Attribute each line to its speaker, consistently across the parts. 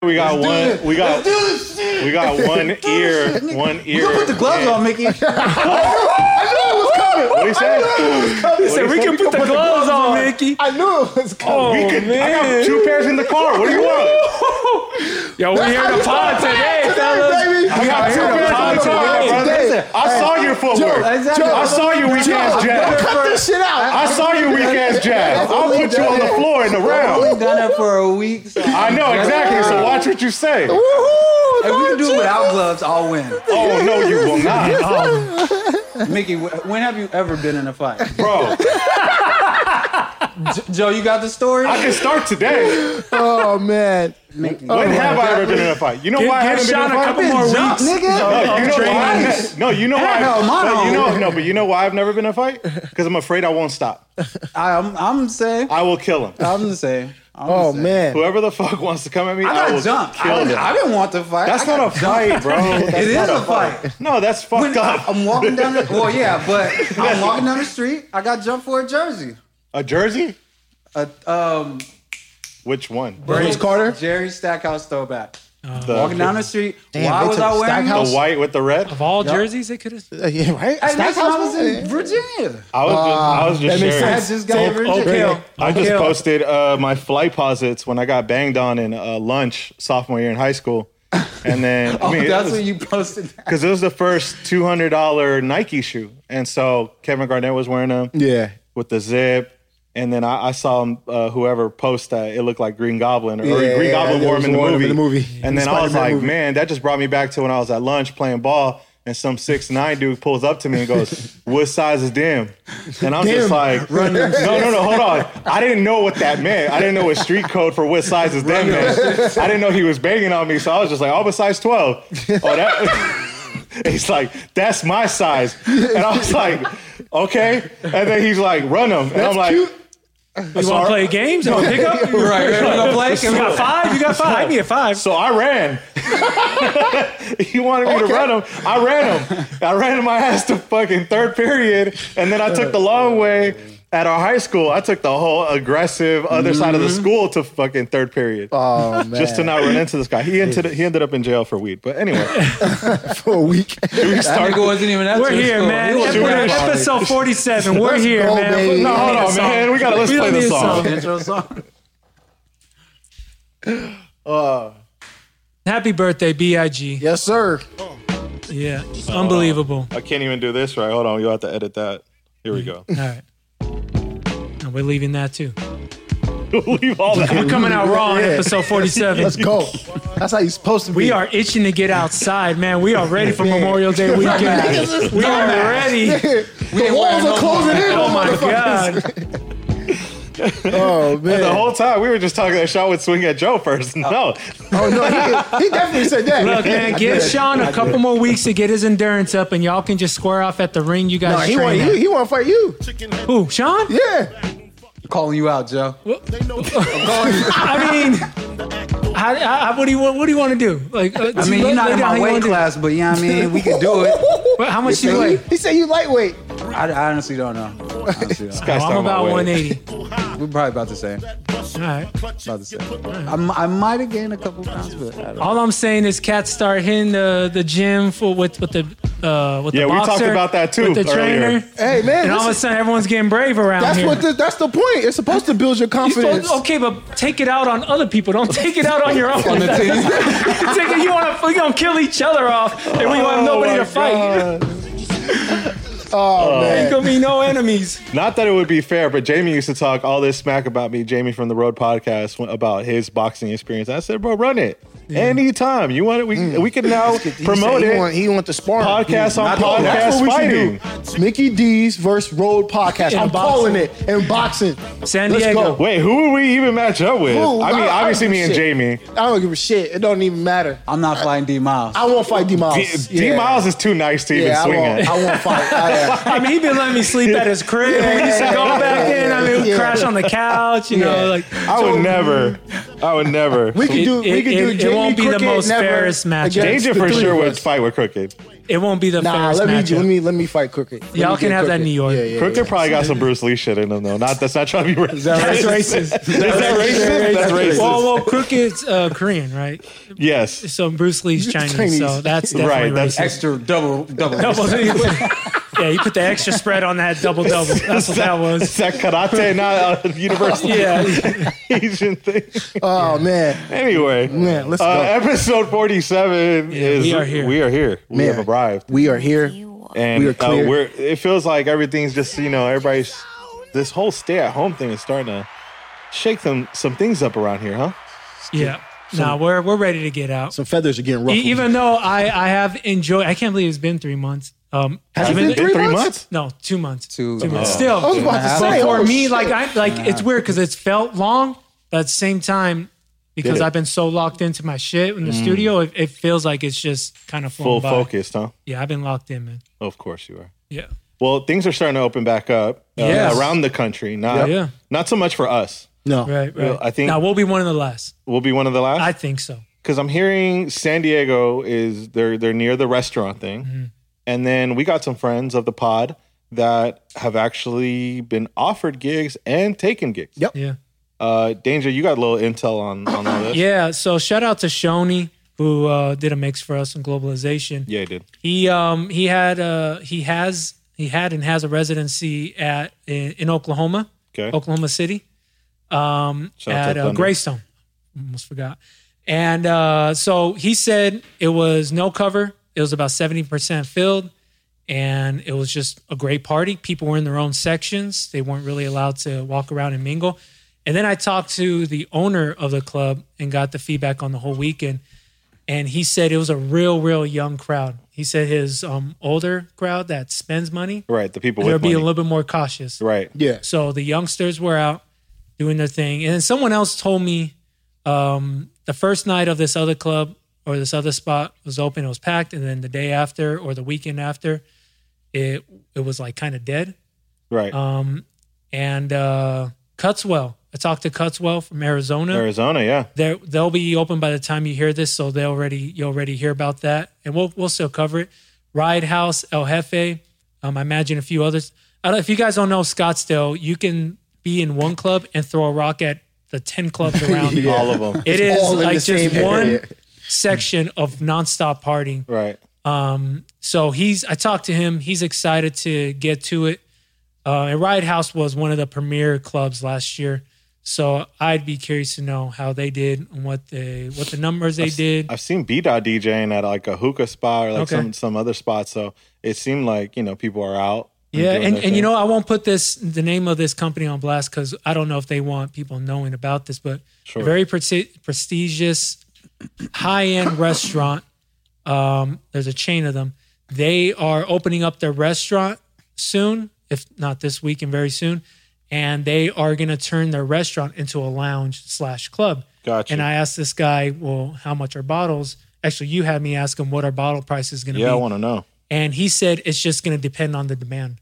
Speaker 1: We got
Speaker 2: Let's do this.
Speaker 1: one. We got
Speaker 2: Let's do this shit.
Speaker 1: we got one ear.
Speaker 2: shit, nigga.
Speaker 1: One
Speaker 2: You
Speaker 1: ear.
Speaker 2: can put the gloves
Speaker 1: in.
Speaker 2: on, Mickey.
Speaker 3: I knew it was coming.
Speaker 1: What he said?
Speaker 3: He
Speaker 1: said, "We
Speaker 3: "We can put the gloves on,
Speaker 4: Mickey.
Speaker 3: I knew it was coming.
Speaker 1: Oh, We can, I
Speaker 4: man.
Speaker 1: got two pairs in the car. What do you want?
Speaker 4: Yo, we here to pod today, fellas.
Speaker 3: baby.
Speaker 1: I got two
Speaker 4: here to
Speaker 1: pairs in the
Speaker 4: find
Speaker 1: car,
Speaker 4: today.
Speaker 1: brother.
Speaker 3: Today.
Speaker 1: Listen, I saw your footwork.
Speaker 2: exactly.
Speaker 1: I saw your weak ass jab.
Speaker 3: Cut this shit out.
Speaker 1: I saw your weak ass jab.
Speaker 3: That's
Speaker 1: I'll
Speaker 3: only
Speaker 1: put you on the
Speaker 3: done-
Speaker 1: floor in the
Speaker 2: We've
Speaker 1: round.
Speaker 2: done it for a week. So
Speaker 1: I know exactly. So watch what you say.
Speaker 3: Woohoo!
Speaker 2: If we can do it
Speaker 3: Lord
Speaker 2: without gloves, I'll win.
Speaker 1: Oh no, you will not,
Speaker 2: Mickey, wh- when have you ever been in a fight?
Speaker 1: bro.
Speaker 2: J- Joe, you got the story?
Speaker 1: I can start today.
Speaker 3: Jesus. Oh man.
Speaker 2: Oh
Speaker 1: When have I ever been in a fight? You know
Speaker 4: Give,
Speaker 1: why I
Speaker 4: give
Speaker 1: haven't been
Speaker 4: Sean
Speaker 1: in
Speaker 4: a
Speaker 1: a
Speaker 4: couple
Speaker 1: fight?
Speaker 4: more
Speaker 2: Jump,
Speaker 4: weeks.
Speaker 2: nigga.
Speaker 1: No, you know why? No, you know why.
Speaker 2: Hell, mine
Speaker 1: no, you
Speaker 2: don't.
Speaker 1: know, no, but you know why I've never been in a fight? Because I'm afraid I won't stop.
Speaker 2: I'm, I'm the same.
Speaker 1: I will kill him.
Speaker 2: I'm the same. I'm
Speaker 3: Oh
Speaker 2: the same.
Speaker 3: man.
Speaker 1: Whoever the fuck wants to come at me,
Speaker 2: I
Speaker 1: will
Speaker 2: got jumped. I,
Speaker 1: kill
Speaker 2: didn't-
Speaker 1: them.
Speaker 2: I didn't want to fight.
Speaker 1: that's
Speaker 2: I got
Speaker 1: not a fight, bro. That's
Speaker 2: It
Speaker 1: not
Speaker 2: is a fight.
Speaker 1: No, that's
Speaker 2: When
Speaker 1: fucked up.
Speaker 2: I'm walking down the well, yeah, but I'm walking down the street. I got jumped for a jersey.
Speaker 1: A jersey?
Speaker 2: A um,
Speaker 1: Which one?
Speaker 3: James Carter?
Speaker 2: Jerry Stackhouse throwback.
Speaker 1: The,
Speaker 2: Walking down the street.
Speaker 3: Damn,
Speaker 2: Why
Speaker 3: they
Speaker 2: was
Speaker 3: took
Speaker 2: I wearing
Speaker 3: Stackhouse?
Speaker 1: the white with the red?
Speaker 4: Of all
Speaker 2: Yup.
Speaker 4: jerseys, they could have.
Speaker 3: Uh, yeah, right.
Speaker 2: Hey, that's when I was
Speaker 3: Stackhouse?
Speaker 2: in Virginia.
Speaker 1: I was just, I was just
Speaker 3: that makes
Speaker 1: sharing.
Speaker 2: I
Speaker 3: sense.
Speaker 2: just got in Virginia.
Speaker 4: Okay.
Speaker 1: I just
Speaker 4: Okay.
Speaker 1: posted uh, my flight posits when I got banged on in uh, lunch sophomore year in high school, and then I
Speaker 2: Oh,
Speaker 1: mean, it
Speaker 2: that's
Speaker 1: was-
Speaker 2: when you posted that.
Speaker 1: because it was the first two hundred dollar Nike shoe, and so Kevin Garnett was wearing them
Speaker 3: Yeah.
Speaker 1: with the zip, and then I, I saw him, uh, whoever post that it looked like Green Goblin or, or
Speaker 3: Yeah,
Speaker 1: Green
Speaker 3: yeah,
Speaker 1: Goblin
Speaker 3: yeah,
Speaker 1: wore
Speaker 3: it
Speaker 1: him in the,
Speaker 3: was
Speaker 1: movie.
Speaker 3: wore him in the movie, in
Speaker 1: and then
Speaker 3: the
Speaker 1: I was
Speaker 3: Spider-Man
Speaker 1: like,
Speaker 3: movie.
Speaker 1: man, that just brought me back to when I was at lunch playing ball, and some six nine dude pulls up to me and goes, "What size is them?" And I'm just
Speaker 3: Them.
Speaker 1: like, "No, no, no, hold on! I didn't know what that meant. I didn't know what street code for what size is them meant. I didn't know he was banging on me, so I was just like, "Oh, I'm a size 12." Oh, that. He's like, that's my size. And I was like, okay. And then he's like, run him. And I'm like,
Speaker 3: cute.
Speaker 4: You want to play games? You want to pick up? You
Speaker 2: Right, right. Gonna play.
Speaker 4: got five? You got five? I need a five.
Speaker 1: so I ran. he wanted me to run him. I ran him. I ran my ass to fucking third period. And then I took the long way at our high school. I took the whole aggressive other side of the school to fucking third period.
Speaker 3: Oh man.
Speaker 1: just to not run into this guy. He ended, he ended up in jail for weed. But anyway,
Speaker 3: for a week.
Speaker 1: we
Speaker 2: That
Speaker 1: started.
Speaker 2: nigga wasn't even at
Speaker 4: We're
Speaker 2: your
Speaker 4: here,
Speaker 2: school.
Speaker 4: man.
Speaker 2: He was
Speaker 1: Epi-
Speaker 4: Episode,
Speaker 2: rapping.
Speaker 1: Epi-
Speaker 4: episode 47. We're
Speaker 3: Let's
Speaker 4: here,
Speaker 3: go,
Speaker 4: man.
Speaker 3: baby.
Speaker 1: No, hold
Speaker 4: need a
Speaker 1: on,
Speaker 4: song.
Speaker 1: man. We gotta let's
Speaker 4: We don't
Speaker 1: play
Speaker 4: need
Speaker 1: the
Speaker 4: a
Speaker 1: song.
Speaker 4: song.
Speaker 2: Intro song.
Speaker 4: Happy birthday, B.I.G.
Speaker 3: yes, sir.
Speaker 4: Yeah. Unbelievable.
Speaker 1: I can't even do this right. Hold on, you have to edit that. Here we go.
Speaker 4: All right. And we're leaving that too.
Speaker 1: Leave all that.
Speaker 4: We're coming out raw in
Speaker 3: Yeah.
Speaker 4: episode 47.
Speaker 3: Let's go. That's how you supposed to be.
Speaker 4: We are itching to get outside, man. We are ready for Memorial Day weekend. we are ready.
Speaker 3: the walls are closing in.
Speaker 4: Oh my god.
Speaker 3: Oh man.
Speaker 1: The whole time we were just talking that Sean would swing at Joe first. No,
Speaker 3: oh no, he, he definitely said that.
Speaker 4: Look, man, give Sean a couple more weeks to get his endurance up and y'all can just square off at the ring you
Speaker 3: No,
Speaker 4: guys
Speaker 3: he want
Speaker 4: train
Speaker 3: you.
Speaker 4: at.
Speaker 3: He want to fight you.
Speaker 4: Who, Sean?
Speaker 3: Yeah.
Speaker 2: Calling you out, Joe.
Speaker 4: I mean, how, how, what do you want? What do you want to do? Like, uh,
Speaker 2: I mean, you're not in my weight class, but yeah, I mean, we could do it.
Speaker 4: How much
Speaker 2: You
Speaker 4: you
Speaker 2: think?
Speaker 4: weigh?
Speaker 3: He said you lightweight.
Speaker 2: I, I honestly don't know. Honestly, don't know.
Speaker 1: Guys
Speaker 4: Oh, I'm
Speaker 1: talking
Speaker 4: about
Speaker 1: weight.
Speaker 4: 180.
Speaker 2: We're probably about the same. About
Speaker 4: All right.
Speaker 2: the same. I'm, I might have gained a couple pounds, but I don't know.
Speaker 4: All I'm saying is, cats start hitting the the gym for with with the uh, with
Speaker 1: Yeah,
Speaker 4: the
Speaker 1: we talked
Speaker 4: boxer,
Speaker 1: about that too
Speaker 4: with the
Speaker 1: earlier.
Speaker 4: trainer.
Speaker 3: Hey man.
Speaker 4: And all of a
Speaker 3: listen,
Speaker 4: sudden, everyone's getting brave around
Speaker 3: that's
Speaker 4: here.
Speaker 3: what. The, that's the point. It's supposed to build your
Speaker 4: You supposed-
Speaker 3: confidence.
Speaker 4: okay, but take it out on other people. Don't take it out on your own.
Speaker 2: On the team.
Speaker 4: take it, you want to we gonna kill each other off, and we want nobody to fight.
Speaker 3: Uh, Oh man.
Speaker 4: There's gonna be no enemies.
Speaker 1: Not that it would be fair, but Jamie used to talk all this smack about me, Jamie from the Road Podcast, when- about his boxing experience. I said, bro, run it anytime you want it. We
Speaker 3: Mm.
Speaker 1: we can now
Speaker 3: He said
Speaker 1: promote
Speaker 3: he
Speaker 1: it.
Speaker 3: Want, he want the sparring.
Speaker 1: Podcast on
Speaker 3: I know, that's
Speaker 1: podcast
Speaker 3: what we
Speaker 1: fighting.
Speaker 3: should do. Mickey D's versus Road podcast.
Speaker 4: In
Speaker 3: I'm
Speaker 4: boxing.
Speaker 3: calling it in boxing.
Speaker 4: San
Speaker 3: Let's
Speaker 4: Diego.
Speaker 3: go.
Speaker 1: Wait, who would we even match up with?
Speaker 3: Who?
Speaker 1: I mean,
Speaker 3: I- I
Speaker 1: obviously
Speaker 3: don't
Speaker 1: me and
Speaker 3: give a shit.
Speaker 1: Jamie.
Speaker 3: I don't give a shit. It don't even matter.
Speaker 2: I'm not fighting D Miles.
Speaker 3: I won't fight D
Speaker 1: D,
Speaker 3: Miles.
Speaker 1: D
Speaker 3: Yeah.
Speaker 1: Miles is too nice to even
Speaker 3: Yeah, I
Speaker 1: swing at.
Speaker 3: won't. I won't fight. I, uh, yeah.
Speaker 4: I mean, he been letting me sleep at his crib. We used to go back in. I mean, we
Speaker 3: Yeah.
Speaker 4: crash on the couch. You know,
Speaker 3: Yeah.
Speaker 4: like
Speaker 1: I would never. I would never.
Speaker 3: We could do.
Speaker 4: It-
Speaker 3: we could do.
Speaker 4: it- it
Speaker 3: Jamie
Speaker 4: won't be the
Speaker 3: Crooked
Speaker 4: most
Speaker 3: never
Speaker 4: fairest matchup.
Speaker 3: against
Speaker 1: Danger
Speaker 3: the
Speaker 1: for
Speaker 3: three
Speaker 1: sure
Speaker 3: of
Speaker 1: would
Speaker 3: us.
Speaker 1: fight with Crooked.
Speaker 4: It won't be the
Speaker 3: Nah,
Speaker 4: fairest
Speaker 3: let me,
Speaker 4: matchup.
Speaker 3: let me let me fight Crooked. Let
Speaker 4: Y'all
Speaker 3: me
Speaker 4: can
Speaker 3: get
Speaker 4: have that in New York.
Speaker 3: Yeah, yeah,
Speaker 1: Crooked probably got some Bruce Lee shit in him though. Not that's not trying to be racist.
Speaker 4: That's racist.
Speaker 1: Is that racist? That's racist.
Speaker 4: Well, well, Crooked's uh, Korean, right?
Speaker 1: yes.
Speaker 4: So Bruce Lee's Chinese,
Speaker 3: Chinese.
Speaker 4: so that's definitely
Speaker 1: Right, that's-
Speaker 4: racist.
Speaker 2: Extra double double.
Speaker 4: Double- yeah, you put the extra spread on that double double. That's what that
Speaker 1: Is
Speaker 4: was.
Speaker 1: that karate not a universal
Speaker 4: Yeah,
Speaker 1: Asian thing?
Speaker 3: Oh man,
Speaker 1: Anyway,
Speaker 3: Man, let's
Speaker 1: uh,
Speaker 3: go.
Speaker 1: Episode forty-seven is
Speaker 4: we are here.
Speaker 1: We are here. We
Speaker 3: Man.
Speaker 1: have arrived,
Speaker 3: we are here.
Speaker 1: and
Speaker 3: We are clear.
Speaker 1: Uh, we're. It feels like everything's just you know everybody's. This whole stay-at-home thing is starting to shake some some things up around here, huh?
Speaker 4: yeah. Nah, we're we're ready to get out.
Speaker 3: Some feathers are getting ruffled.
Speaker 4: E- even though I I have enjoyed. I can't believe it's been three months. Um,
Speaker 3: Has it
Speaker 4: even-
Speaker 3: been three months?
Speaker 4: No, two months.
Speaker 2: Two
Speaker 4: months.
Speaker 2: months.
Speaker 4: Still,
Speaker 3: I was about to
Speaker 2: Yeah.
Speaker 4: But
Speaker 3: say.
Speaker 4: for
Speaker 3: oh,
Speaker 4: me,
Speaker 3: shit.
Speaker 4: like I like it's weird because it's felt long, but at the same time, because
Speaker 1: Did it.
Speaker 4: I've been so locked into my shit in the studio, it, it feels like it's just kind of
Speaker 1: Full
Speaker 4: flown by.
Speaker 1: focused, huh?
Speaker 4: Yeah, I've been locked in, man.
Speaker 1: Of course you are.
Speaker 4: Yeah,
Speaker 1: Well, things are starting to open back up uh,
Speaker 4: Yes.
Speaker 1: around the country. Not
Speaker 4: Yeah.
Speaker 1: not so much for us.
Speaker 3: no,
Speaker 4: right, right.
Speaker 1: Well, I think-
Speaker 4: now we'll be one of the last.
Speaker 1: We'll be one of the last.
Speaker 4: I think so.
Speaker 1: because I'm hearing San Diego is they're they're near the restaurant thing,
Speaker 4: Mm-hmm.
Speaker 1: and then we got some friends of the pod that have actually been offered gigs and taken gigs.
Speaker 3: Yep.
Speaker 4: Yeah.
Speaker 1: Uh, Danger, you got a little intel on on all this.
Speaker 4: Yeah. So shout out to Shoni who uh, did a mix for us on globalization.
Speaker 1: yeah, I did.
Speaker 4: He um he had uh he has he had and has a residency at in, in Oklahoma,
Speaker 1: Okay.
Speaker 4: Oklahoma City, um
Speaker 1: Shout out to
Speaker 4: at uh,
Speaker 1: Thunder.
Speaker 4: Greystone. Almost forgot. And uh, so he said it was no cover. It was about seventy percent filled, and it was just a great party. People were in their own sections. They weren't really allowed to walk around and mingle. And then I talked to the owner of the club and got the feedback on the whole weekend and he said it was a real, real young crowd. He said his um, older crowd that spends money,
Speaker 1: Right, the people
Speaker 4: they'll
Speaker 1: with
Speaker 4: be
Speaker 1: money.
Speaker 4: a little bit more cautious.
Speaker 1: right.
Speaker 3: yeah.
Speaker 4: So the youngsters were out doing their thing, and then someone else told me um, the first night of this other club or this other spot was open, it was packed, and then the day after or the weekend after, it it was like kind of dead.
Speaker 1: Right.
Speaker 4: Um, And uh, Cutswell, I talked to Cutswell from Arizona.
Speaker 1: Arizona, yeah.
Speaker 4: They're, they'll be open by the time you hear this, so they already you already hear about that, and we'll we'll still cover it. Ride House, El Jefe, um, I imagine a few others. I don't, if you guys don't know Scottsdale, you can be in one club and throw a rock at the ten clubs around. you.
Speaker 1: All of them.
Speaker 4: It
Speaker 3: It's
Speaker 4: is
Speaker 3: all in the
Speaker 4: like just
Speaker 3: same
Speaker 4: one
Speaker 3: area.
Speaker 4: section of nonstop partying.
Speaker 1: Right.
Speaker 4: So he's I talked to him. He's excited to get to it. Uh, and Riot House was one of the premier clubs last year. So I'd be curious to know how they did and what the what the numbers they did.
Speaker 1: I've seen B Dot DJing at like a hookah spot or like
Speaker 4: Okay.
Speaker 1: some some other spot, so it seemed like you know people are out.
Speaker 4: Yeah,
Speaker 1: doing
Speaker 4: and,
Speaker 1: their
Speaker 4: and you
Speaker 1: thing.
Speaker 4: know I won't put this the name of this company on blast because I don't know if they want people knowing about this, but
Speaker 1: Sure.
Speaker 4: very presti- prestigious, high end restaurant. Um, there's a chain of them. They are opening up their restaurant soon, if not this week and very soon, and they are going to turn their restaurant into a lounge slash club.
Speaker 1: Gotcha.
Speaker 4: And I asked this guy, well, how much are bottles? Actually, you had me ask him what our bottle price is going to
Speaker 1: yeah, I
Speaker 4: be.
Speaker 1: want to know.
Speaker 4: And he said it's just going to depend on the demand.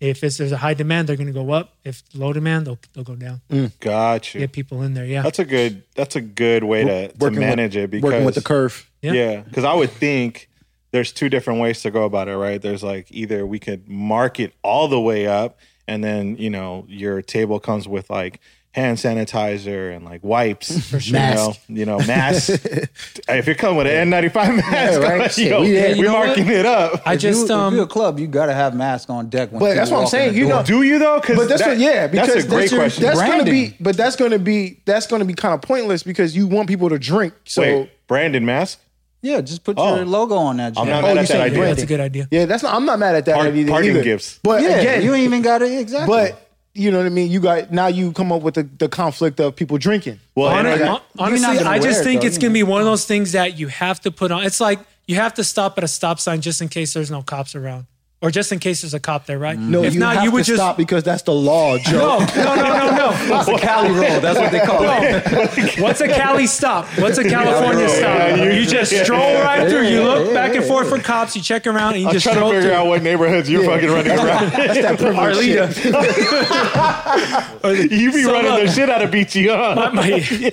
Speaker 4: If it's, there's a high demand, they're going to go up. If low demand, they'll, they'll go down.
Speaker 1: Got you.
Speaker 4: Get people in there. Yeah.
Speaker 1: That's a good. That's a good way to, to
Speaker 3: Working with-
Speaker 1: manage it because
Speaker 3: working with the curve.
Speaker 4: Yeah.
Speaker 1: Yeah, because I would think there's two different ways to go about it, right? There's like either we could mark it all the way up, and then you know your table comes with like hand sanitizer and like wipes, for
Speaker 3: sure.
Speaker 1: You know,
Speaker 3: Mask.
Speaker 1: you know masks. if you come with an N95 mask,
Speaker 3: right?
Speaker 1: like,
Speaker 3: Shit,
Speaker 1: yo,
Speaker 3: we- yeah,
Speaker 1: we're
Speaker 3: you
Speaker 4: know what?
Speaker 1: marking it up.
Speaker 4: I just,
Speaker 2: you, if
Speaker 4: um,
Speaker 2: you're a club, you gotta have mask on deck. When
Speaker 3: But that's
Speaker 2: people
Speaker 3: what I'm
Speaker 2: walk in
Speaker 3: saying,
Speaker 2: the
Speaker 3: you
Speaker 2: door.
Speaker 3: know-
Speaker 1: Do you though? Because
Speaker 3: But that's
Speaker 1: that-
Speaker 3: what, yeah, because
Speaker 1: that's a great
Speaker 3: your-
Speaker 1: question.
Speaker 3: That's gonna be,
Speaker 2: Branding.
Speaker 3: but that's gonna be, that's gonna be kind of pointless because you want people to drink. So
Speaker 1: Wait, Brandon mask.
Speaker 2: Yeah, just put
Speaker 1: Oh.
Speaker 2: your logo on that.
Speaker 1: I'm
Speaker 2: joint.
Speaker 1: not mad
Speaker 3: Oh, you
Speaker 1: at that
Speaker 3: said
Speaker 1: idea.
Speaker 4: yeah,
Speaker 3: branding.
Speaker 4: that's a good idea.
Speaker 3: yeah, that's not. I'm not mad at that
Speaker 1: Part-
Speaker 3: idea
Speaker 1: parting
Speaker 3: either.
Speaker 1: gifts.
Speaker 3: But
Speaker 2: Oh, Yeah,
Speaker 3: again,
Speaker 2: you ain't even got it exactly.
Speaker 3: but you know what I mean. You got now you come up with the, the conflict of people drinking.
Speaker 1: Well, and
Speaker 4: Hon-
Speaker 1: I-
Speaker 4: hon- honestly,
Speaker 2: gonna
Speaker 4: I just
Speaker 2: wear it,
Speaker 4: think
Speaker 2: though,
Speaker 4: it's
Speaker 2: you
Speaker 4: going to be one of those things that you have to put on. It's like you have to stop at a stop sign just in case there's no cops around. or just in case there's a cop there, right?
Speaker 3: No,
Speaker 4: if
Speaker 3: you
Speaker 4: not,
Speaker 3: have
Speaker 4: you would
Speaker 3: to
Speaker 4: just
Speaker 3: stop because that's the law, Joe.
Speaker 4: no, no, no, no, no.
Speaker 5: That's a Cali roll. That's what they call it.
Speaker 4: What's a Cali stop? What's a California
Speaker 1: Yeah,
Speaker 4: stop?
Speaker 1: yeah,
Speaker 4: you,
Speaker 1: you-
Speaker 4: just
Speaker 1: yeah,
Speaker 4: stroll
Speaker 1: yeah.
Speaker 4: right through. You look back and forth for cops. You check around and you
Speaker 1: I'm
Speaker 4: just
Speaker 1: trying to
Speaker 4: stroll
Speaker 1: figure
Speaker 4: through.
Speaker 1: out what neighborhoods you're fucking running around.
Speaker 3: That's that privilege
Speaker 5: Arlita.
Speaker 3: shit.
Speaker 1: you be
Speaker 4: So
Speaker 1: running
Speaker 4: look-
Speaker 1: the shit out of BT, huh?
Speaker 4: my,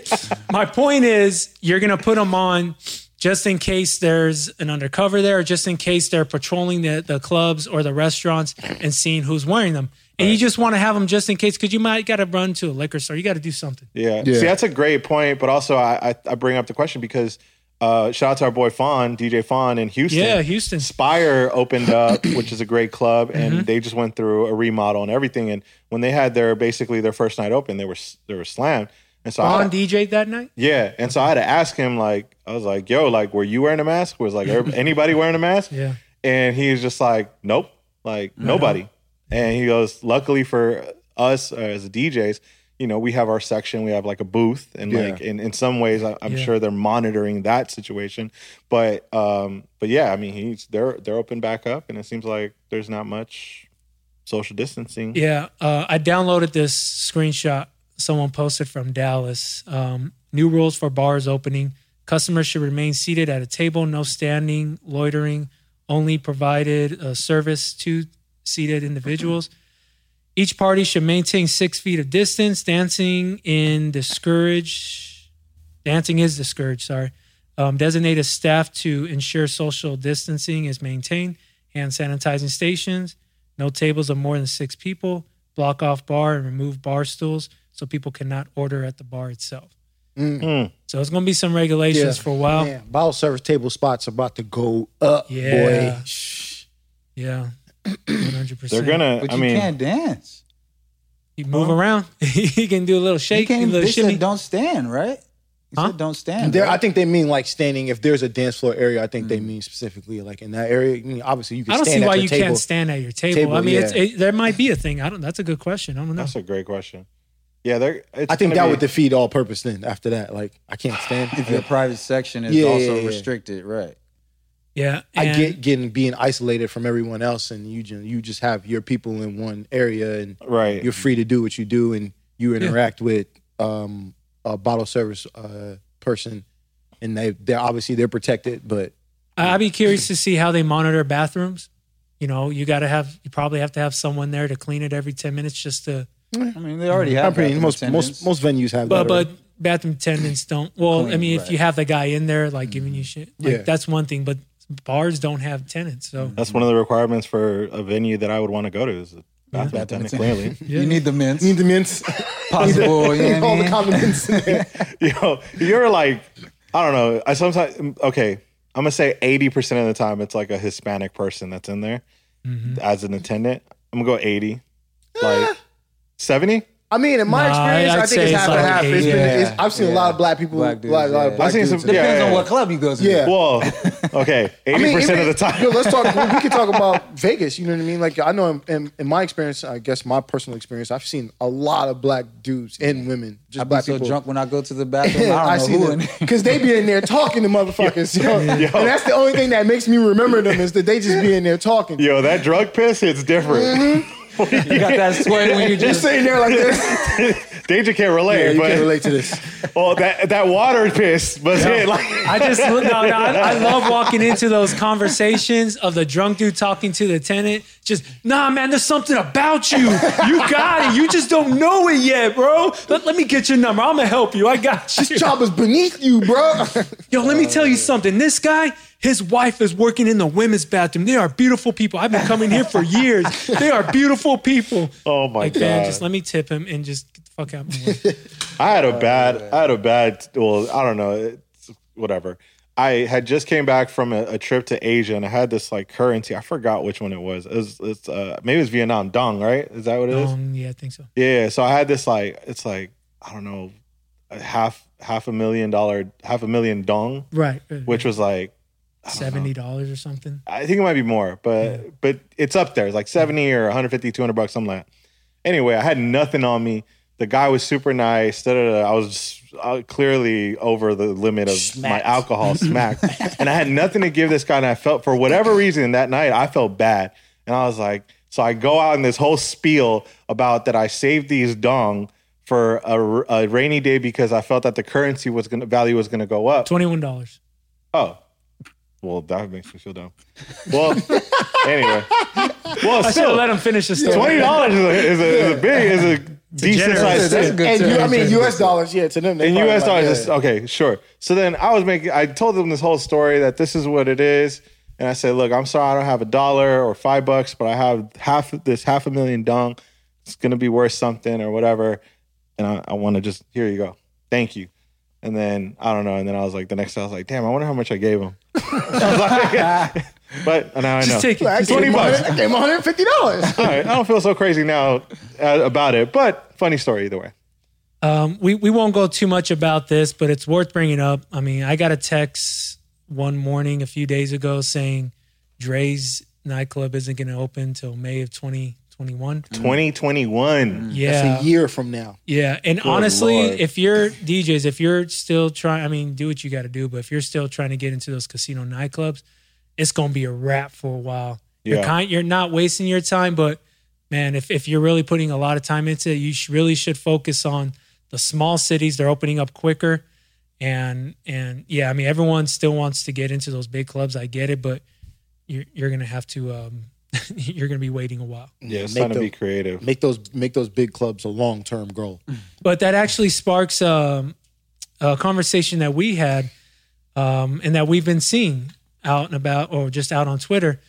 Speaker 4: my point is you're going to put them on just in case there's an undercover there, just in case they're patrolling the, the clubs or the restaurants and seeing who's wearing them. And you just want to have them just in case because you might got to run to a liquor store. You got to do something.
Speaker 1: Yeah.
Speaker 3: Yeah.
Speaker 1: See, that's a great point, but also I, I, I bring up the question because uh, shout out to our boy Fawn, DJ Fawn in Houston.
Speaker 4: Yeah, Houston.
Speaker 1: Spire opened up, which is a great club, and they just went through a remodel and everything. And when they had their basically their first night open, they were s- they were slammed. And so I,
Speaker 4: On DJ that night?
Speaker 1: yeah, and so I had to ask him like I was like, "Yo, like, were you wearing a mask? Was like every- anybody wearing a mask?"
Speaker 4: Yeah.
Speaker 1: And he was just like, "Nope, like
Speaker 2: Uh-huh.
Speaker 1: nobody." And he goes, "Luckily for us uh, as DJs, you know, we have our section, we have like a booth, and
Speaker 3: Yeah.
Speaker 1: like in, in some ways, I, I'm
Speaker 4: Yeah.
Speaker 1: sure they're monitoring that situation. But um, but yeah, I mean, he's they're they're open back up, and it seems like there's not much social distancing.
Speaker 4: Yeah, uh, I downloaded this screenshot someone posted from Dallas. Um, new rules for bars opening: customers should remain seated at a table, no standing, loitering, only provided uh, service to seated individuals. Each party should maintain six feet of distance. Dancing in discouraged. Dancing is discouraged. Sorry. Um, designate a staff to ensure social distancing is maintained. Hand sanitizing stations. No tables of more than six people. Block off bar and remove bar stools so people cannot order at the bar itself.
Speaker 1: Hmm.
Speaker 4: So it's going to be some regulations
Speaker 3: Mm. Yeah.
Speaker 4: for a while.
Speaker 3: Man, bottle service table spots about to go up,
Speaker 4: Yeah.
Speaker 3: boy.
Speaker 4: Yeah, one hundred
Speaker 1: They're
Speaker 4: percent.
Speaker 1: gonna.
Speaker 2: But
Speaker 1: I
Speaker 2: you
Speaker 1: mean,
Speaker 2: can't dance.
Speaker 4: you move around. you can do a little
Speaker 2: You
Speaker 4: shake, a
Speaker 2: can't.
Speaker 4: little
Speaker 2: They
Speaker 4: shimmy.
Speaker 2: said don't stand, right? You
Speaker 4: Huh?
Speaker 2: said don't stand.
Speaker 3: There,
Speaker 2: right?
Speaker 3: I think they mean like standing. If there's a dance floor area, I think they mean specifically like in that area. I mean, obviously, you can
Speaker 4: Mm. I don't
Speaker 3: stand
Speaker 4: see
Speaker 3: at
Speaker 4: why
Speaker 3: your
Speaker 4: you
Speaker 3: table.
Speaker 4: can't stand at your table.
Speaker 3: Table,
Speaker 4: I mean,
Speaker 3: yeah.
Speaker 4: it's, it, there might be a thing. I don't. That's a good question. I don't know.
Speaker 1: that's a great question. Yeah, they're. it's
Speaker 3: I think
Speaker 1: gonna
Speaker 3: that
Speaker 1: be-
Speaker 3: would defeat all purpose. Then after that, like I can't stand.
Speaker 2: if your private section is
Speaker 3: Yeah, yeah,
Speaker 2: also
Speaker 3: yeah.
Speaker 2: restricted, right?
Speaker 4: yeah,
Speaker 3: I
Speaker 4: and-
Speaker 3: get getting being isolated from everyone else, and you just, you just have your people in one area, and
Speaker 1: right.
Speaker 3: you're free to do what you do, and you interact with um, a bottle service uh, person, and they they're obviously they're protected, but
Speaker 4: I- I'd be curious to see how they monitor bathrooms. You know, you got to have. You probably have to have someone there to clean it every ten minutes, just to.
Speaker 2: I mean, they already have.
Speaker 3: I'm pretty
Speaker 2: bathroom
Speaker 3: most
Speaker 2: attendants.
Speaker 3: most most venues have
Speaker 4: But
Speaker 3: that.
Speaker 4: but
Speaker 3: already.
Speaker 4: bathroom attendants don't. Well, I
Speaker 2: Clean,
Speaker 4: mean, if
Speaker 2: right. Mm-hmm.
Speaker 4: you have the guy in there like giving you shit, like,
Speaker 3: Yeah.
Speaker 4: that's one thing. But bars don't have tenants, so
Speaker 2: Mm-hmm.
Speaker 1: That's one of the requirements for a venue that I would want to go to is a bathroom attendant, clearly.
Speaker 4: Yeah.
Speaker 2: You need the mints.
Speaker 3: need the mints,
Speaker 2: possible. you know what I
Speaker 3: all the
Speaker 2: mean?
Speaker 3: condiments.
Speaker 1: Yo, you're like, I don't know. I sometimes okay. I'm gonna say 80 percent of the time it's like a Hispanic person that's in there
Speaker 3: Mm-hmm.
Speaker 1: as an attendant. I'm gonna go 80,
Speaker 3: Ah.
Speaker 1: like 70.
Speaker 3: I mean, in my
Speaker 4: Nah,
Speaker 3: experience,
Speaker 4: I'd
Speaker 3: I think
Speaker 4: say
Speaker 3: it's
Speaker 4: it's
Speaker 3: half and
Speaker 4: like
Speaker 3: half. It's been,
Speaker 2: eighty.
Speaker 3: it's, I've seen a lot of black people,
Speaker 2: Black dudes,
Speaker 3: lot, lot of
Speaker 2: yeah.
Speaker 3: black
Speaker 1: I've seen
Speaker 3: dudes.
Speaker 1: some- yeah.
Speaker 2: Depends on what club you go to.
Speaker 3: Yeah.
Speaker 1: Well, okay, 80 percent of
Speaker 3: even-
Speaker 1: the time.
Speaker 3: Yo, let's talk. we can talk about Vegas. You know what I mean? Like I know in, in, in my experience, I guess my personal experience, I've seen a lot of black dudes and women, just
Speaker 2: I be
Speaker 3: black
Speaker 2: so
Speaker 3: people.
Speaker 2: drunk when I go to the bathroom. I
Speaker 3: I
Speaker 2: don't
Speaker 3: see
Speaker 2: know who.
Speaker 3: them
Speaker 2: in-
Speaker 3: because they be in there talking to motherfuckers, yo. and that's the only thing that makes me remember them is that they just be in there talking.
Speaker 1: Yo, that drug piss hits different.
Speaker 2: You got that sway when you
Speaker 3: You're
Speaker 2: just
Speaker 3: sitting there like this.
Speaker 1: Danger can't
Speaker 3: Mm-hmm. Yeah,
Speaker 1: relate,
Speaker 3: you
Speaker 1: but
Speaker 3: can't relate to this.
Speaker 1: oh, that that water piss was it like.
Speaker 4: I just look. No, no, I, I love walking into those conversations of the drunk dude talking to the tenant. Just nah, man. There's something about you. You got it. You just don't know it yet, bro. Let, let me get your number. I'm gonna help you. I got you.
Speaker 3: This job is beneath you, bro.
Speaker 4: Yo, let me tell you something. This guy, his wife is working in the women's bathroom. They are beautiful people. I've been coming here for years. They are beautiful people.
Speaker 1: Oh my
Speaker 4: like,
Speaker 1: god!
Speaker 4: man, just let me tip him and just get the fuck out. my way.
Speaker 1: I had a bad, I had a bad, well, I don't know, it's whatever. I had just came back from a, a trip to Asia and I had this like currency. I forgot which one it was. It was it's uh, maybe it's Vietnam dong, right? Is that what it is?
Speaker 4: Um, yeah, I think so.
Speaker 1: Yeah. So I had this like it's like I don't know, a half half a million dollar half a million dong,
Speaker 4: Right.
Speaker 1: which was like
Speaker 4: seventy dollars or something.
Speaker 1: I think it might be more, but but it's up there. It's like 70 or 150, 200 bucks, something like that. Anyway, I had nothing on me. The guy was super nice. Da, da, da. I was just, uh, clearly over the limit of my alcohol smack. and I had nothing to give this guy. And I felt, for whatever reason, that night, I felt bad. And I was like, so I go out in this whole spiel about that I saved these dong for a, r- a rainy day because I felt that the currency was going to value was going to go up.
Speaker 4: Twenty-one dollars.
Speaker 1: Oh, well, that makes me feel dumb. Well, anyway, well,
Speaker 4: I should have
Speaker 1: still
Speaker 4: let him finish the story.
Speaker 1: twenty dollars is a, is a, is a big is a decent
Speaker 4: generous.
Speaker 1: sized
Speaker 5: That's a good
Speaker 3: And you, I
Speaker 5: term.
Speaker 3: mean, U.S. dollars, yeah, to them. they
Speaker 1: in
Speaker 3: probably
Speaker 1: U.S.
Speaker 3: like,
Speaker 1: dollars. uh, it's-
Speaker 3: yeah.
Speaker 1: Okay, sure. So then I was making. I told them this whole story that this is what it is, and I said, "Look, I'm sorry, I don't have a dollar or five bucks, but I have half of this half a million dong. It's gonna be worth something or whatever, and I, I want to just here you go, thank you." And then I don't know. And then I was like, the next day I was like, "Damn, I wonder how much I gave them." but now I know.
Speaker 4: Just take it.
Speaker 3: I
Speaker 4: Just
Speaker 3: gave
Speaker 4: take
Speaker 3: him
Speaker 1: $20.
Speaker 4: it.
Speaker 1: bucks.
Speaker 3: 100 I gave him 150 dollars.
Speaker 1: All right, I don't feel so crazy now uh, about it, but funny story either way.
Speaker 4: Um, we we won't go too much about this, but it's worth bringing up. I mean, I got a text one morning a few days ago saying Dre's nightclub isn't going to open till May of 2021.
Speaker 3: Mm.
Speaker 1: 2021.
Speaker 4: Yeah,
Speaker 3: It's a year from now.
Speaker 4: Yeah, and honestly,
Speaker 1: Lord.
Speaker 4: if you're DJs, if you're still trying, I mean, do what you got to do, but if you're still trying to get into those casino nightclubs, it's gonna be a wrap for a while. You're
Speaker 1: Yeah.
Speaker 4: kind, you're not wasting your time, but man, if if you're really putting a lot of time into it, you sh- really should focus on the small cities. They're opening up quicker, and and yeah, I mean, everyone still wants to get into those big clubs. I get it, but you're you're gonna have to, um, you're gonna be waiting a while.
Speaker 1: Yeah, it's
Speaker 3: Make
Speaker 1: time to
Speaker 3: the-
Speaker 1: be creative.
Speaker 3: Make those make those big clubs a long term goal.
Speaker 4: but that actually sparks um, a conversation that we had um, and that we've been seeing out and about or just out on Twitter.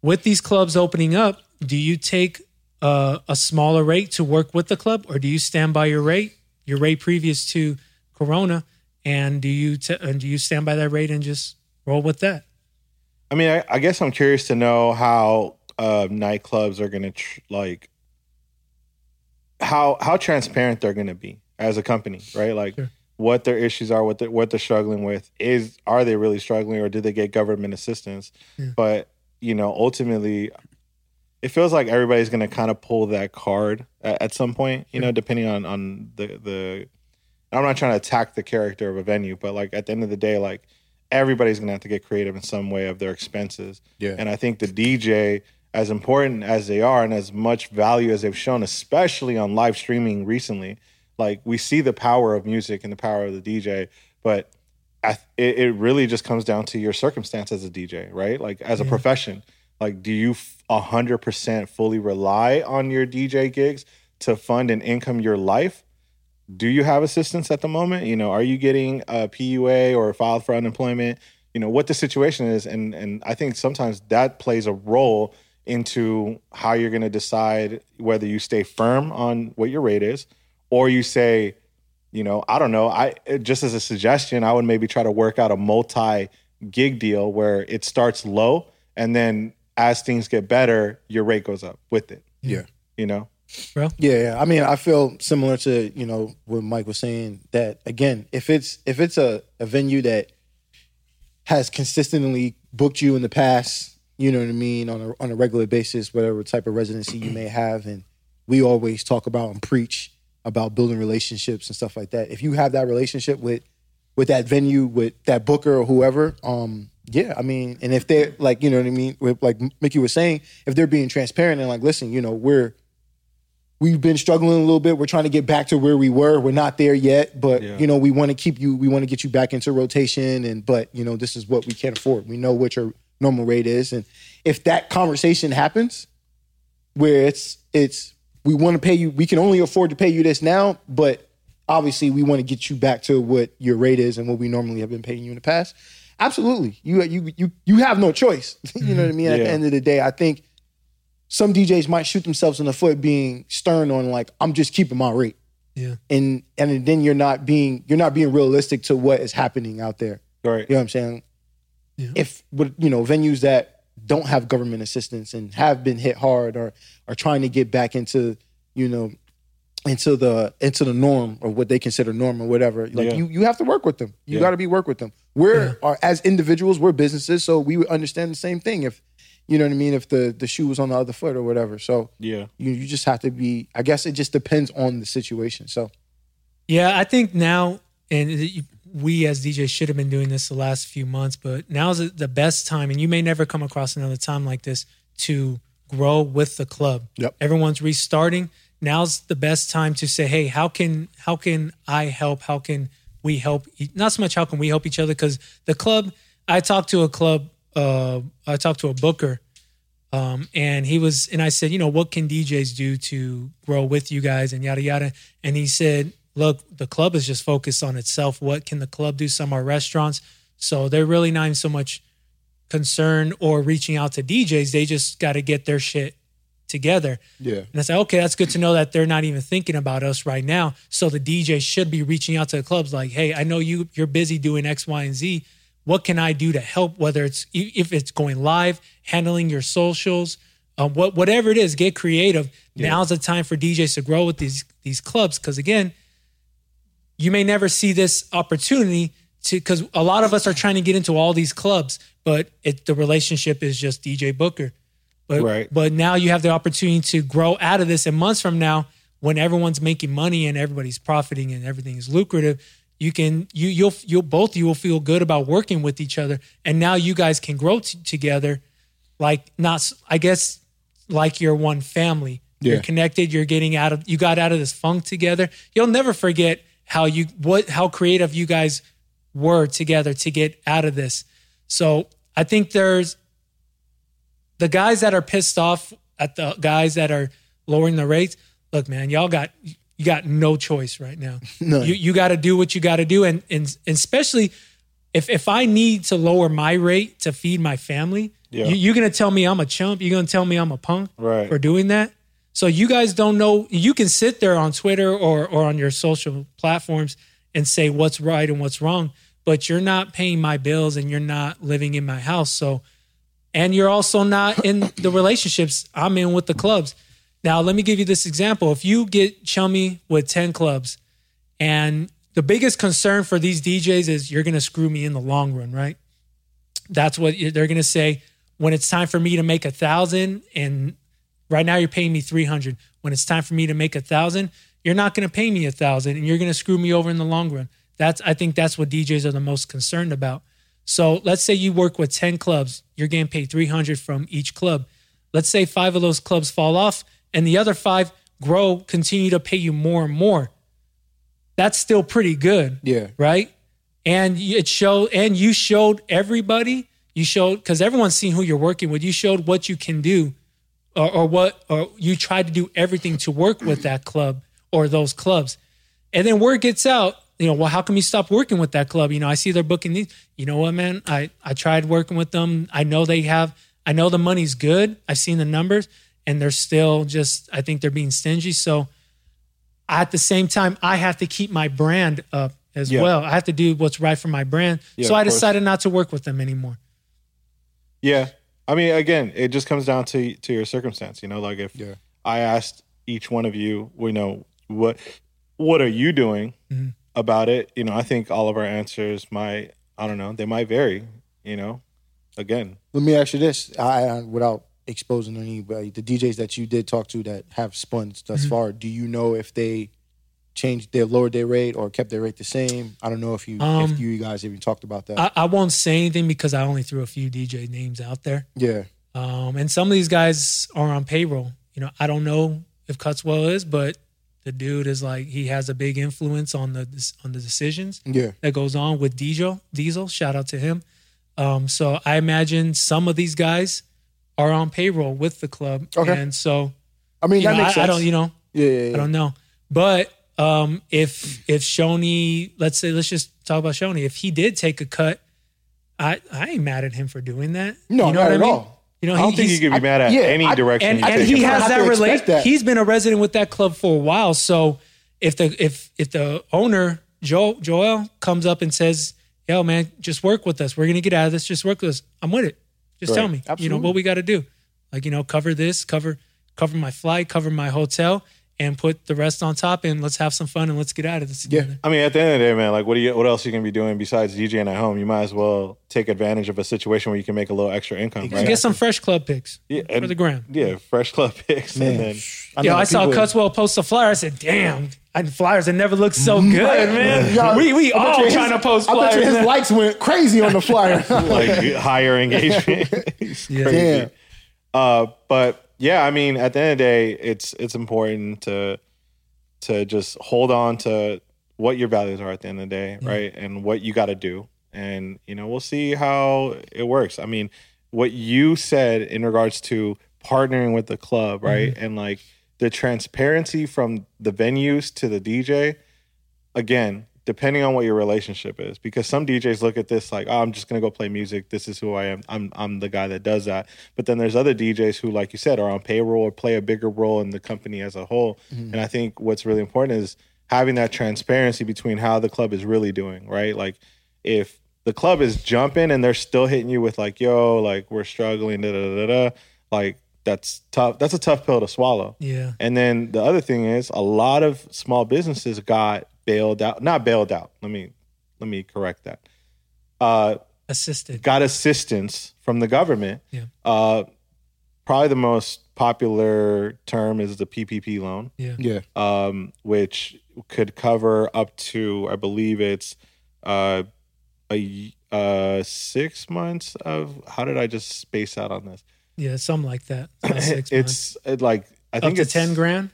Speaker 4: With these clubs opening up, do you take uh, a smaller rate to work with the club or do you stand by your rate, your rate previous to Corona? And do you t- and do you stand by that rate and just roll with that?
Speaker 1: I mean, I, I guess I'm curious to know how uh, nightclubs are going to tr- like how how transparent they're going to be as a company, right? Like
Speaker 4: Sure.
Speaker 1: what their issues are, what they're, what they're struggling with is are they really struggling, or do they get government assistance?
Speaker 4: Yeah.
Speaker 1: But you know, ultimately, it feels like everybody's going to kind of pull that card at, at some point. You know, depending on on the the. I'm not trying to attack the character of a venue, but like at the end of the day, like everybody's going to have to get creative in some way of their expenses.
Speaker 3: Yeah.
Speaker 1: And I think the DJ, as important as they are and as much value as they've shown, especially on live streaming recently, like we see the power of music and the power of the DJ, but I, th- it, it really just comes down to your circumstance as a DJ, right? Like as a
Speaker 4: Yeah.
Speaker 1: profession, like do you f- 100% fully rely on your DJ gigs to fund and income your life? Do you have assistance at the moment? You know, are you getting a PUA or filed for unemployment? You know what the situation is, and and I think sometimes that plays a role into how you're going to decide whether you stay firm on what your rate is, or you say, you know, I don't know. I just as a suggestion, I would maybe try to work out a multi gig deal where it starts low and then as things get better, your rate goes up with it.
Speaker 3: Yeah.
Speaker 1: You know?
Speaker 3: Yeah, yeah. I mean, I feel similar to you know what Mike was saying. That again, if it's if it's a, a venue that has consistently booked you in the past, you know what I mean, on a on a regular basis, whatever type of residency you may have, and we always talk about and preach about building relationships and stuff like that. If you have that relationship with with that venue, with that booker or whoever, um, yeah, I mean, and if they're like, you know what I mean, with- like Mickey was saying, if they're being transparent and like, listen, you know, we're we've been struggling a little bit. We're trying to get back to where we were. We're not there yet, but
Speaker 1: Yeah.
Speaker 3: you know, we want to keep you. We want to get you back into rotation, and but you know, this is what we can't afford. We know what your normal rate is, and if that conversation happens, where it's it's we want to pay you. We can only afford to pay you this now, but obviously, we want to get you back to what your rate is and what we normally have been paying you in the past. Absolutely, you you you you have no choice. you know what I mean? At
Speaker 1: Yeah.
Speaker 3: the end of the day, I think some DJs might shoot themselves in the foot being stern on like I'm just keeping my rate.
Speaker 4: Yeah.
Speaker 3: And and then you're not being you're not being realistic to what is happening out there.
Speaker 1: Right.
Speaker 3: You know what I'm saying?
Speaker 4: Yeah.
Speaker 3: If with you know venues that don't have government assistance and have been hit hard or are trying to get back into you know into the into the norm or what they consider norm or whatever, like
Speaker 1: Yeah.
Speaker 3: you you have to work with them. You
Speaker 1: Yeah.
Speaker 3: got to be work with them. We're are as individuals, we're businesses, so we would understand the same thing if you know what I mean. If the the shoe was on the other foot or whatever, so
Speaker 1: Yeah.
Speaker 3: you you just have to be. I guess it just depends on the situation. So
Speaker 4: Yeah, I think now, and it- we as DJs should have been doing this the last few months, but now's the best time, and you may never come across another time like this to grow with the club.
Speaker 3: Yep.
Speaker 4: Everyone's restarting. Now's the best time to say, "Hey, how can how can I help? How can we help? e- Not so much how can we help each other because the club. I talked to a club. Uh, I talked to a booker, um, and he was and I said, you know, what can DJs do to grow with you guys and yada yada. And he said, look, the club is just focused on itself. What can the club do? Some are restaurants, so they're really not even so much concerned or reaching out to DJs. They just got to get their shit together.
Speaker 3: Yeah.
Speaker 4: And it's like, okay, that's good to know that they're not even thinking about us right now. So the DJ should be reaching out to the clubs like, hey, I know you you're busy doing X, Y, and Z. What can I do to help? Whether it's e, if it's going live, handling your socials, um, what whatever it is, get creative. Now's the time for DJs to grow with these these clubs because again, you may never see this opportunity to because a lot of us are trying to get into all these clubs, but it, the relationship is just DJ Booker. But
Speaker 1: Right.
Speaker 4: but now you have the opportunity to grow out of this, and months from now, when everyone's making money and everybody's profiting and everything is lucrative, you can you you'll you'll both you will feel good about working with each other, and now you guys can grow t- together, like not s- I guess like you're one family.
Speaker 3: Yeah.
Speaker 4: You're connected. You're getting out of you got out of this funk together. You'll never forget how you what how creative you guys were together to get out of this. So I think there's the guys that are pissed off at the guys that are lowering the rates. Look, man, y'all got you got no choice right now.
Speaker 3: None.
Speaker 4: You you got to do what you got to do, and, and and especially if if I need to lower my rate to feed my family,
Speaker 1: Yeah.
Speaker 4: you, you're gonna tell me I'm a chump. You're gonna tell me I'm a punk
Speaker 1: Right.
Speaker 4: for doing that. So you guys don't know. You can sit there on Twitter or or on your social platforms and say what's right and what's wrong, but you're not paying my bills and you're not living in my house. So and you're also not in the relationships I'm in with the clubs. Now, let me give you this example. If you get chummy with 10 clubs, and the biggest concern for these DJs is you're going to screw me in the long run, right? That's what you- they're going to say when it's time for me to make a thousand. And right now you're paying me 300. When it's time for me to make a thousand, you're not going to pay me a thousand and you're going to screw me over in the long run. That's, I think that's what DJs are the most concerned about. So let's say you work with 10 clubs, you're getting paid 300 from each club. Let's say five of those clubs fall off and the other five grow, continue to pay you more and more that's still pretty good.
Speaker 3: Yeah.
Speaker 4: Right. And you- it showed, and you showed everybody, you showed, because everyone's seen who you're working with, you showed what you can do or, or what, or you tried to do everything to work with that club or those clubs. And then word gets out, you know, well, how come you stop working with that club? You know, I see they're booking these. You know what, man? I, I tried working with them. I know they have, I know the money's good. I've seen the numbers and they're still just, I think they're being stingy. So, at the same time, I have to keep my brand up as
Speaker 1: Yeah.
Speaker 4: well. I have to do what's right for my brand.
Speaker 1: Yeah,
Speaker 4: so I
Speaker 1: of course.
Speaker 4: decided not to work with them anymore.
Speaker 1: Yeah. I mean, again, it just comes down to to your circumstance. You know, like if
Speaker 3: Yeah.
Speaker 1: I asked each one of you, you know, what what are you doing about it? You know, I think all of our answers might, I don't know, they might vary. You know, again,
Speaker 3: Let me ask you this: I, I without exposing anybody, the DJs that you did talk to that have spun
Speaker 4: Mm-hmm.
Speaker 3: thus far, do you know if they changed their lowered their rate or kept their rate the same? I don't know if you
Speaker 4: Um,
Speaker 3: if you guys even talked about that.
Speaker 4: I, I won't say anything because I only threw a few DJ names out there.
Speaker 3: yeah,
Speaker 4: Um, and some of these guys are on payroll. You know, I don't know if Cutswell is, but the dude is like he has a big influence on the on the decisions.
Speaker 3: yeah,
Speaker 4: that goes on with Diesel. Diesel, shout out to him. Um, so I imagine some of these guys are on payroll with the club,
Speaker 3: Okay.
Speaker 4: and so
Speaker 3: I mean
Speaker 4: you
Speaker 3: that
Speaker 4: know,
Speaker 3: makes
Speaker 4: I, I
Speaker 3: sense.
Speaker 4: don't, you know,
Speaker 3: yeah, yeah, yeah.
Speaker 4: I don't know. But um, if if Shoney, let's say, let's just talk about Shoney. If he did take a cut, I I ain't mad at him for doing that.
Speaker 3: No,
Speaker 4: you know
Speaker 3: not
Speaker 4: what I
Speaker 3: at
Speaker 4: mean?
Speaker 3: all.
Speaker 4: You know,
Speaker 1: I don't
Speaker 4: he-
Speaker 1: think
Speaker 4: he's-
Speaker 1: you can be mad at
Speaker 3: I- yeah,
Speaker 1: any
Speaker 3: I-
Speaker 1: direction.
Speaker 4: and,
Speaker 1: you
Speaker 4: and
Speaker 1: take
Speaker 4: he
Speaker 1: it from.
Speaker 4: has
Speaker 3: have
Speaker 4: that
Speaker 3: to expect
Speaker 4: relationship.
Speaker 3: that.
Speaker 4: He's been a resident with that club for a while. So if the if if the owner Joel Joel comes up and says, "Yo, man, just work with us. We're gonna get out of this. Just work with us. I'm with it. Just tell me. You know
Speaker 3: Absolutely.
Speaker 4: what we got to do. Like you know, cover this, cover cover my flight, cover my hotel, and put the rest on top. And let's have some fun and let's get out of this.
Speaker 3: Yeah.
Speaker 4: together."
Speaker 1: I mean, at the end of the day, man, like, what do you, what else you gonna be doing besides DJing at home? You might as well take advantage of a situation where you can make a little extra income,
Speaker 4: And
Speaker 1: right?
Speaker 4: Get some fresh club picks
Speaker 1: Yeah,
Speaker 4: for
Speaker 1: and-
Speaker 4: the gram.
Speaker 1: yeah, fresh club picks,
Speaker 3: Man,
Speaker 1: and then
Speaker 3: I
Speaker 4: Yo,
Speaker 3: mean,
Speaker 4: I saw
Speaker 3: people-
Speaker 4: Cutswell post a flyer. I said, "Damn, I, flyers that never look so good, man.
Speaker 3: Yo,
Speaker 4: we we
Speaker 3: I bet
Speaker 4: all
Speaker 3: you his-
Speaker 4: trying to post
Speaker 3: I bet
Speaker 4: flyers."
Speaker 3: you his
Speaker 4: now.
Speaker 3: likes went crazy on the flyer.
Speaker 1: like higher engagement. It's crazy.
Speaker 3: Damn.
Speaker 1: Uh, but yeah, I mean, at the end of the day, it's it's important to to just hold on to what your values are at the end of the day, right? And what you got to do. And you know, we'll see how it works. I mean, what you said in regards to partnering with the club, right? And like the transparency from the venues to the DJ, again, depending on what your relationship is, because some DJs look at this like, oh, I'm just gonna go play music. This is who I am. I'm I'm the guy that does that. But then there's other DJs who, like you said, are on payroll or play a bigger role in the company as a whole. And I think what's really important is having that transparency between how the club is really doing, right? Like if the club is jumping and they're still hitting you with like, yo, like we're struggling, da da da da, like that's tough. That's a tough pill to swallow.
Speaker 4: Yeah.
Speaker 1: And then the other thing is a lot of small businesses got bailed out. Not bailed out. Let me let me correct that. Uh,
Speaker 4: Assisted.
Speaker 1: got assistance from the government.
Speaker 4: Yeah.
Speaker 1: Uh, probably the most popular term is the PPP loan
Speaker 3: Yeah.
Speaker 1: um, which could cover up to, I believe it's uh, a y- uh, six months of. How did I just space out on this?
Speaker 4: Yeah, something like that. About six months.
Speaker 1: it's it like I
Speaker 4: Up
Speaker 1: think
Speaker 4: to
Speaker 1: it's
Speaker 4: ten grand.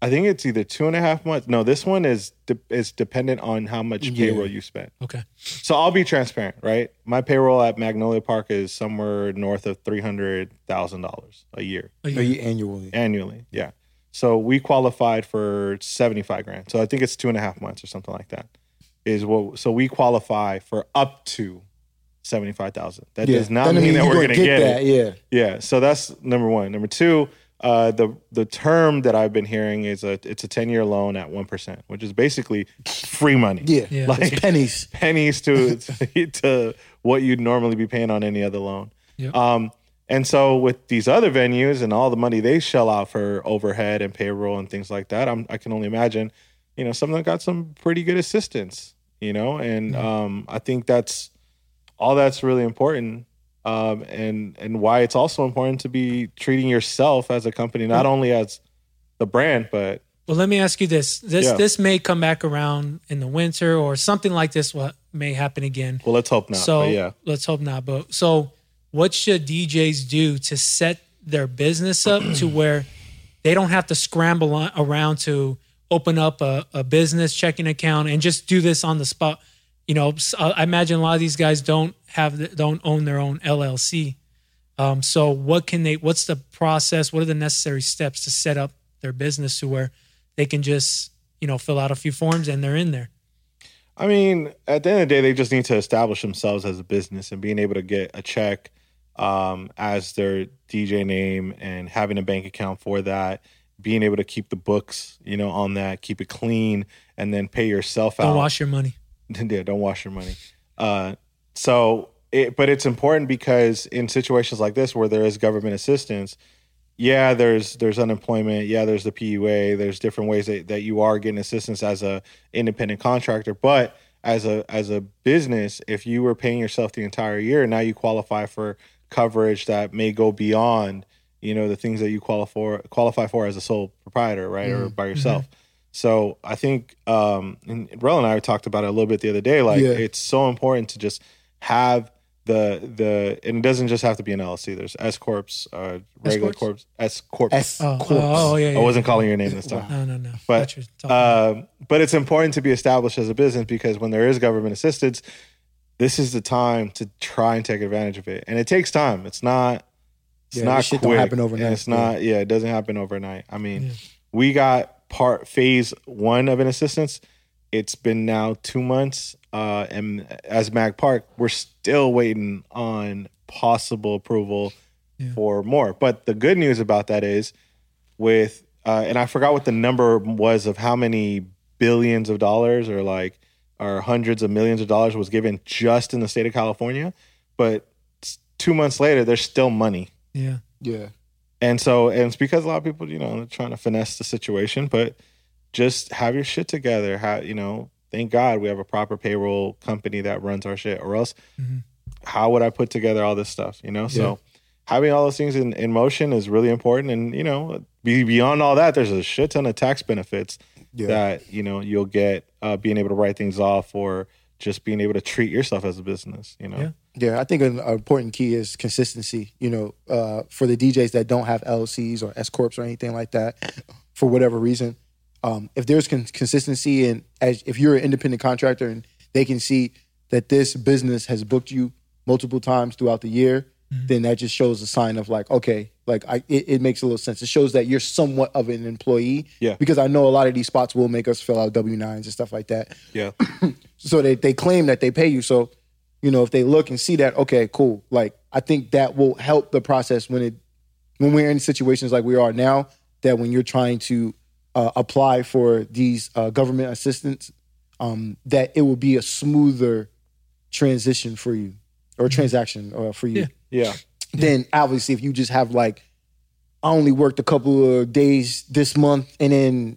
Speaker 1: I think it's either two and a half months. No, this one is de- is dependent on how much
Speaker 3: Yeah.
Speaker 1: payroll you spent.
Speaker 4: Okay.
Speaker 1: So I'll be transparent, right? My payroll at Magnolia Park is somewhere north of three hundred thousand dollars a year.
Speaker 4: A
Speaker 3: Are
Speaker 4: year.
Speaker 3: you annually?
Speaker 1: annually. Yeah. So we qualified for seventy five grand. So I think it's two and a half months or something like that. Is what so we qualify for up to seventy five thousand. That
Speaker 3: Yeah.
Speaker 1: does not
Speaker 3: Doesn't
Speaker 1: mean, that
Speaker 3: you
Speaker 1: we're gonna get,
Speaker 3: that.
Speaker 1: it.
Speaker 3: Yeah.
Speaker 1: Yeah. So that's number one. Number two, uh, the the term that I've been hearing is a it's a ten year loan at one percent, which is basically free money.
Speaker 3: Yeah.
Speaker 4: Yeah.
Speaker 3: It's pennies.
Speaker 1: pennies to to what you'd normally be paying on any other loan.
Speaker 4: Yep.
Speaker 1: Um, and so with these other venues and all the money they shell out for overhead and payroll and things like that, I'm, I can only imagine, you know, some of them got some pretty good assistance, you know, and
Speaker 4: Mm-hmm.
Speaker 1: um, I think that's all that's really important. Um, and and why it's also important to be treating yourself as a company, not
Speaker 4: Mm.
Speaker 1: only as the brand, but
Speaker 4: Well, let me ask you this. This
Speaker 1: Yeah.
Speaker 4: this may come back around in the winter or something like this. What may happen again?
Speaker 1: well, let's hope not.
Speaker 4: so
Speaker 1: but yeah,
Speaker 4: let's hope not. But so, what should DJs do to set their business up to where they don't have to scramble on, around to open up a, a business checking account and just do this on the spot? You know, s- I I imagine a lot of these guys don't have the- don't own their own LLC. Um, so, what can they? What's the process? What are the necessary steps to set up their business to where they can just you know fill out a few forms and they're in there?
Speaker 1: I mean, at the end of the day, they just need to establish themselves as a business and being able to get a check um, as their DJ name and having a bank account for that, being able to keep the books, you know, on that, keep it clean, and then pay yourself
Speaker 4: Don't
Speaker 1: out.
Speaker 4: wash your money.
Speaker 1: yeah, don't wash your money. Uh, so, it, but it's important because in situations like this where there is government assistance, yeah, there's there's unemployment, yeah, there's the PUA, there's different ways that, that you are getting assistance as a independent contractor, but as a as a business, if you were paying yourself the entire year, now you qualify for coverage that may go beyond, you know, the things that you qualify for, qualify for as a sole proprietor, right, or by yourself. So I think um, and Rel and I talked about it a little bit the other day. Like
Speaker 3: Yeah.
Speaker 1: it's so important to just have the the and it doesn't just have to be an LLC. There's S corps, uh, regular
Speaker 4: corps?
Speaker 1: corps, S corps.
Speaker 3: S
Speaker 4: Oh,
Speaker 3: corps.
Speaker 4: oh, oh, yeah,
Speaker 1: I
Speaker 4: yeah.
Speaker 1: wasn't calling your name this time.
Speaker 4: No, no, no.
Speaker 1: But,
Speaker 4: What you're talking about.
Speaker 1: Um, but it's important to be established as a business because when there is government assistance, this is the time to try and take advantage of it. And it takes time. It's not. It's
Speaker 3: Yeah,
Speaker 1: not
Speaker 3: this shit
Speaker 1: quick.
Speaker 3: don't happen
Speaker 1: and
Speaker 3: overnight.
Speaker 1: It's not. Yeah, it doesn't happen overnight. I mean, we got part phase one of an assistance. It's been now two months, uh, and as Mag Park, we're still waiting on possible approval for more. But the good news about that is with uh, and I forgot what the number was of how many billions of dollars or like or hundreds of millions of dollars was given just in the state of California, but s- two months later there's still money,
Speaker 4: yeah.
Speaker 3: Yeah.
Speaker 1: and so and it's because a lot of people you know they're trying to finesse the situation, but just have your shit together. How you know? Thank God we have a proper payroll company that runs our shit, or else how would I put together all this stuff? You know, so having all those things in, in motion is really important. And you know, be, beyond all that, there's a shit ton of tax benefits
Speaker 3: Yeah.
Speaker 1: that you know you'll get uh, being able to write things off or just being able to treat yourself as a business, you know.
Speaker 4: Yeah.
Speaker 3: Yeah, I think an an important key is consistency. You know, uh, for the DJs that don't have LLCs or S corps or anything like that, for whatever reason, um, if there's con- consistency and as if you're an independent contractor and they can see that this business has booked you multiple times throughout the year, then that just shows a sign of like, okay, like I, it, it makes a little sense. It shows that you're somewhat of an employee.
Speaker 1: Yeah.
Speaker 3: Because I know a lot of these spots will make us fill out W nines and stuff like that
Speaker 1: Yeah.
Speaker 3: so they, they claim that they pay you so you know if they look and see that okay cool like i think that will help the process when it when we're in situations like we are now that when you're trying to uh, apply for these uh, government assistance um, that it will be a smoother transition for you or transaction uh, for you
Speaker 4: Yeah.
Speaker 1: Yeah.
Speaker 3: then obviously if you just have like I only worked a couple of days this month and then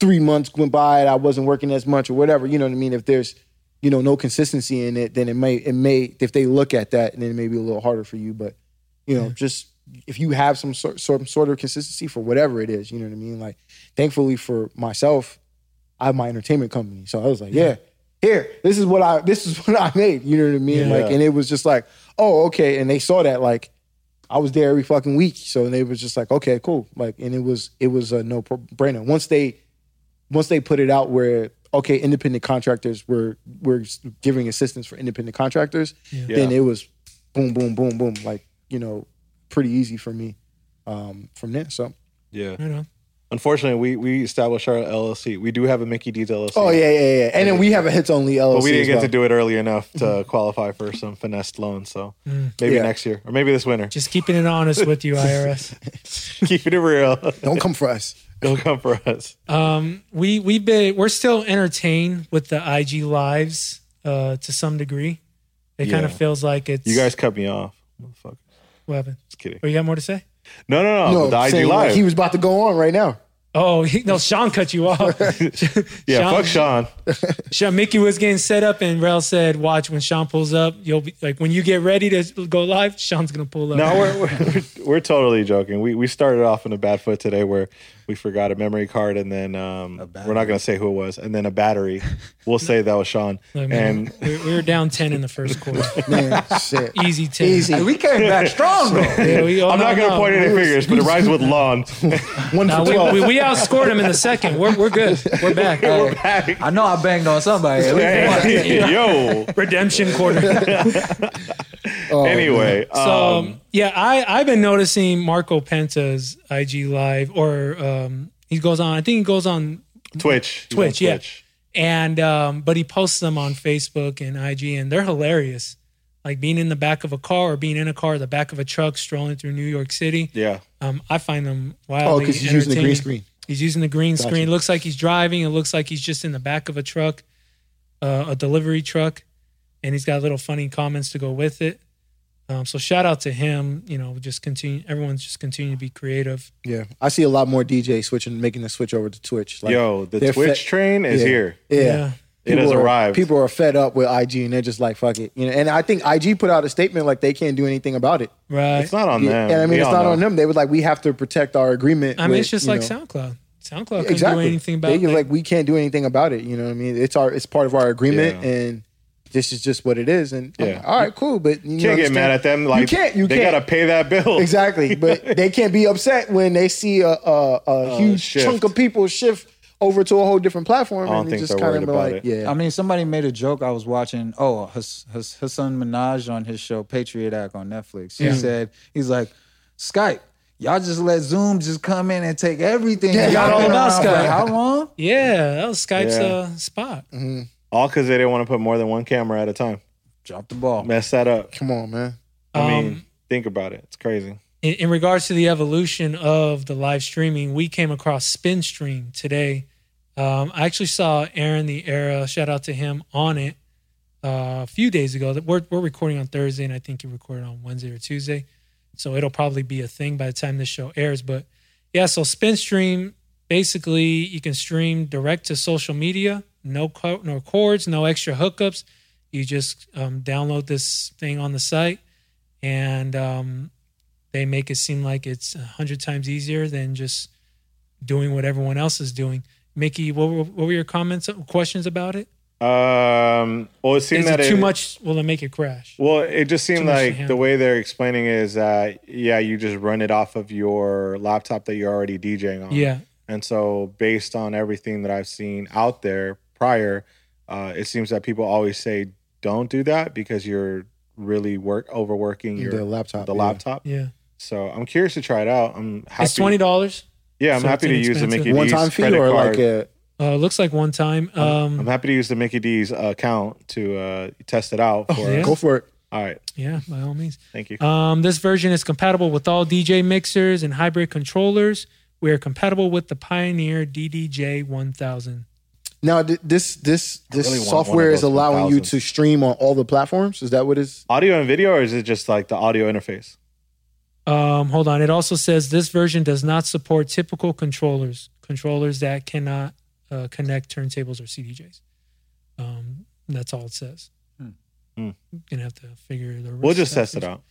Speaker 3: three months went by and I wasn't working as much or whatever, you know what I mean? If there's, you know, no consistency in it, then it may it may if they look at that then it may be a little harder for you. But, you know, just if you have some sort some sort of consistency for whatever it is, you know what I mean? Like thankfully for myself, I have my entertainment company. So I was like, yeah, here, this is what I this is what I made. You know what I mean?
Speaker 1: Yeah.
Speaker 3: Like, and it was just like, oh, okay. And they saw that like I was there every fucking week. So they was just like, okay, cool. Like, and it was it was a no pro- brainer. Once they once they put it out where okay, independent contractors were were giving assistance for independent contractors, then
Speaker 1: Yeah.
Speaker 3: it was boom, boom, boom, boom. Like, you know, pretty easy for me um from there. So
Speaker 1: Yeah.
Speaker 4: Right on.
Speaker 1: Unfortunately, we we established our LLC. We do have a Mickey D's LLC.
Speaker 3: Oh yeah, yeah, yeah. And then we have a hits only LLC.
Speaker 1: But we didn't
Speaker 3: as
Speaker 1: get
Speaker 3: well.
Speaker 1: to do it early enough to qualify for some finessed loans. So
Speaker 4: Mm.
Speaker 1: maybe
Speaker 3: Mm-hmm. Yeah.
Speaker 1: next year or maybe this winter.
Speaker 4: Just keeping it honest with you, IRS.
Speaker 1: Keep it real.
Speaker 3: Don't come for us.
Speaker 1: It'll come for us.
Speaker 4: Um, we we've been we're still entertained with the IG lives uh, to some degree. It kind of
Speaker 1: Yeah.
Speaker 4: feels like it's
Speaker 1: You guys cut me off. Motherfucker.
Speaker 4: What happened?
Speaker 1: Just kidding.
Speaker 4: Oh, you got more to say?
Speaker 1: No, no, no.
Speaker 3: No,
Speaker 1: Oh, the IG
Speaker 3: saying, like,
Speaker 1: Live.
Speaker 3: he was about to go on right now.
Speaker 4: Oh he, no, Sean cut you off.
Speaker 1: yeah,
Speaker 4: Sean-
Speaker 1: fuck Sean.
Speaker 4: Sean, Mickey was getting set up, and Rel said, "Watch when Sean pulls up. You'll be like when you get ready to go live. Sean's gonna pull up."
Speaker 1: No, we're, we're we're totally joking. We we started off on a bad foot today, where we forgot a memory card, and then um, we're not going to say who it was, and then a battery. We'll say that was Sean,
Speaker 4: Like, man,
Speaker 1: and
Speaker 4: we, we were down ten in the first quarter.
Speaker 3: Man, shit.
Speaker 4: Easy ten.
Speaker 3: Easy.
Speaker 2: Hey, we came back strong though.
Speaker 4: Yeah, we- oh,
Speaker 1: I'm
Speaker 4: no,
Speaker 1: not going to
Speaker 4: no.
Speaker 1: point any fingers, but it rhymes with lawn.
Speaker 3: One
Speaker 4: No,
Speaker 3: for
Speaker 4: we,
Speaker 3: twelve.
Speaker 4: we, we outscored him in the second. We're, we're good. We're back.
Speaker 1: We're back.
Speaker 2: I know I banged on somebody. At least once.
Speaker 1: Hey, Yo.
Speaker 4: Redemption quarter.
Speaker 3: Oh,
Speaker 1: Anyway,
Speaker 4: So
Speaker 1: um,
Speaker 4: um, yeah, I I've been noticing Marco Penta's IG live or um, he goes on. I think he goes on
Speaker 1: Twitch, He's on
Speaker 4: Twitch, yeah. and um, but he posts them on Facebook and IG, and they're hilarious. Like being in the back of a car or being in a car, the back of a truck, strolling through New York City.
Speaker 1: yeah,
Speaker 4: Um, I find them
Speaker 3: Oh,
Speaker 4: wildly.
Speaker 3: because he's using the green
Speaker 4: entertaining.
Speaker 3: screen.
Speaker 4: He's using the green screen. It looks like he's driving. It looks like he's just in the back of a truck, uh, a delivery truck, and he's got little funny comments to go with it. Um, so shout out to him. You know, just continue. Everyone's just continue to be creative.
Speaker 3: Yeah, I see a lot more DJs switching, making the switch over to Twitch. Like,
Speaker 1: yo, the
Speaker 3: they're
Speaker 1: Twitch
Speaker 3: fed-
Speaker 1: train is
Speaker 3: yeah.
Speaker 1: here.
Speaker 3: Yeah,
Speaker 4: Yeah.
Speaker 1: It has
Speaker 3: People are-
Speaker 1: arrived.
Speaker 3: People are fed up with IG, and they're just like, "Fuck it," you know. And I think IG put out a statement like they can't do anything about it.
Speaker 4: Right.
Speaker 1: It's not on
Speaker 3: Yeah,
Speaker 1: them.
Speaker 3: and I mean,
Speaker 1: We
Speaker 3: it's
Speaker 1: all
Speaker 3: not
Speaker 1: know.
Speaker 3: on them. They were like, "We have to protect our agreement."
Speaker 4: I mean,
Speaker 3: with,
Speaker 4: it's just
Speaker 3: you
Speaker 4: like
Speaker 3: know-
Speaker 4: SoundCloud. SoundCloud couldn't
Speaker 3: Exactly.
Speaker 4: do anything about
Speaker 3: They,
Speaker 4: it.
Speaker 3: like we can't do anything about it. You know what I mean? It's our it's part of our agreement,
Speaker 1: Yeah.
Speaker 3: and this is just what it is. And I'm
Speaker 1: Yeah.
Speaker 3: like, all right, cool. But you
Speaker 1: You can't get
Speaker 3: understand-
Speaker 1: mad at them. Like
Speaker 3: you can't. You
Speaker 1: they
Speaker 3: can't.
Speaker 1: gotta pay that bill.
Speaker 3: Exactly, but they can't be upset when they see a a, a huge
Speaker 1: shift.
Speaker 3: chunk of people shift over to a whole different platform,
Speaker 1: don't
Speaker 3: and
Speaker 1: think
Speaker 3: it's
Speaker 1: they're
Speaker 3: just kind
Speaker 1: worried
Speaker 3: of
Speaker 1: about
Speaker 3: like,
Speaker 1: it.
Speaker 3: yeah,
Speaker 2: I mean, somebody made a joke. I was watching. Oh, Hass- Hass- Hassan Minaj on his show Patriot Act on Netflix. He said he's like Skype. Y'all just let Zoom just come in and take everything.
Speaker 3: Yeah,
Speaker 2: y'all
Speaker 3: y'all
Speaker 2: been
Speaker 4: don't know
Speaker 2: around
Speaker 4: Skype.
Speaker 2: for how long?
Speaker 4: yeah, that was Skype's
Speaker 1: Yeah.
Speaker 4: uh, spot.
Speaker 1: All because they didn't want to put more than one camera at a time.
Speaker 2: Drop the ball.
Speaker 1: Mess that up.
Speaker 3: come on, man.
Speaker 1: I mean,
Speaker 4: Um,
Speaker 1: think about it. It's crazy.
Speaker 4: in, in regards to the evolution of the live streaming, we came across SpinStream today. Um, I actually saw Aaron the Era, shout out to him on it uh, a few days ago. That We're, we're recording on Thursday, and I think he recorded on Wednesday or Tuesday. So it'll probably be a thing by the time this show airs. But yeah, so SpinStream basically you can stream direct to social media, no co- no cords, no extra hookups. You just um, download this thing on the site, and um, they make it seem like it's a hundred times easier than just doing what everyone else is doing. Mickey, what were, what were your comments, questions about it?
Speaker 1: Um, well, it seemed
Speaker 4: Is
Speaker 1: that
Speaker 4: it too much? Will it make it crash?
Speaker 1: Well, it just seemed
Speaker 4: much to
Speaker 1: like the
Speaker 4: handle.
Speaker 1: way they're explaining is, uh, yeah, you just run it off of your laptop that you're already DJing on.
Speaker 4: Yeah.
Speaker 1: And so, based on everything that I've seen out there prior, uh, it seems that people always say, "Don't do that because you're really work overworking your
Speaker 3: the laptop.
Speaker 1: the
Speaker 3: yeah.
Speaker 1: laptop."
Speaker 4: Yeah.
Speaker 1: So I'm curious to try it out. I'm happy.
Speaker 4: It's twenty dollars.
Speaker 1: Yeah, I'm
Speaker 4: so
Speaker 1: happy
Speaker 4: it's
Speaker 1: to use the
Speaker 4: inexpensive.
Speaker 1: Mickey
Speaker 3: One
Speaker 1: D's
Speaker 3: time fee
Speaker 1: credit
Speaker 3: or
Speaker 1: card.
Speaker 3: like a
Speaker 4: Uh, looks like one time.
Speaker 1: I'm
Speaker 4: Um,
Speaker 1: happy to use the Mickey D's account to uh, test it out. For
Speaker 4: Oh, yeah?
Speaker 3: go for it.
Speaker 1: all right,
Speaker 4: yeah, by all means.
Speaker 1: thank you.
Speaker 4: Um, this version is compatible with all DJ mixers and hybrid controllers. We are compatible with the Pioneer DDJ 1000.
Speaker 3: Now th- this this this
Speaker 1: really want one
Speaker 3: software
Speaker 1: of
Speaker 3: is
Speaker 1: those
Speaker 3: allowing you
Speaker 1: 1000s.
Speaker 3: to stream on all the platforms. Is that what is?
Speaker 1: audio and video, or is it just like the audio interface?
Speaker 4: Um, hold on. It also says this version does not support typical controllers, controllers that cannot uh, connect turntables or CDJs. Um, that's all it says.
Speaker 1: Hmm.
Speaker 4: Gonna have to figure the.
Speaker 1: We'll just
Speaker 4: rest
Speaker 1: test it out.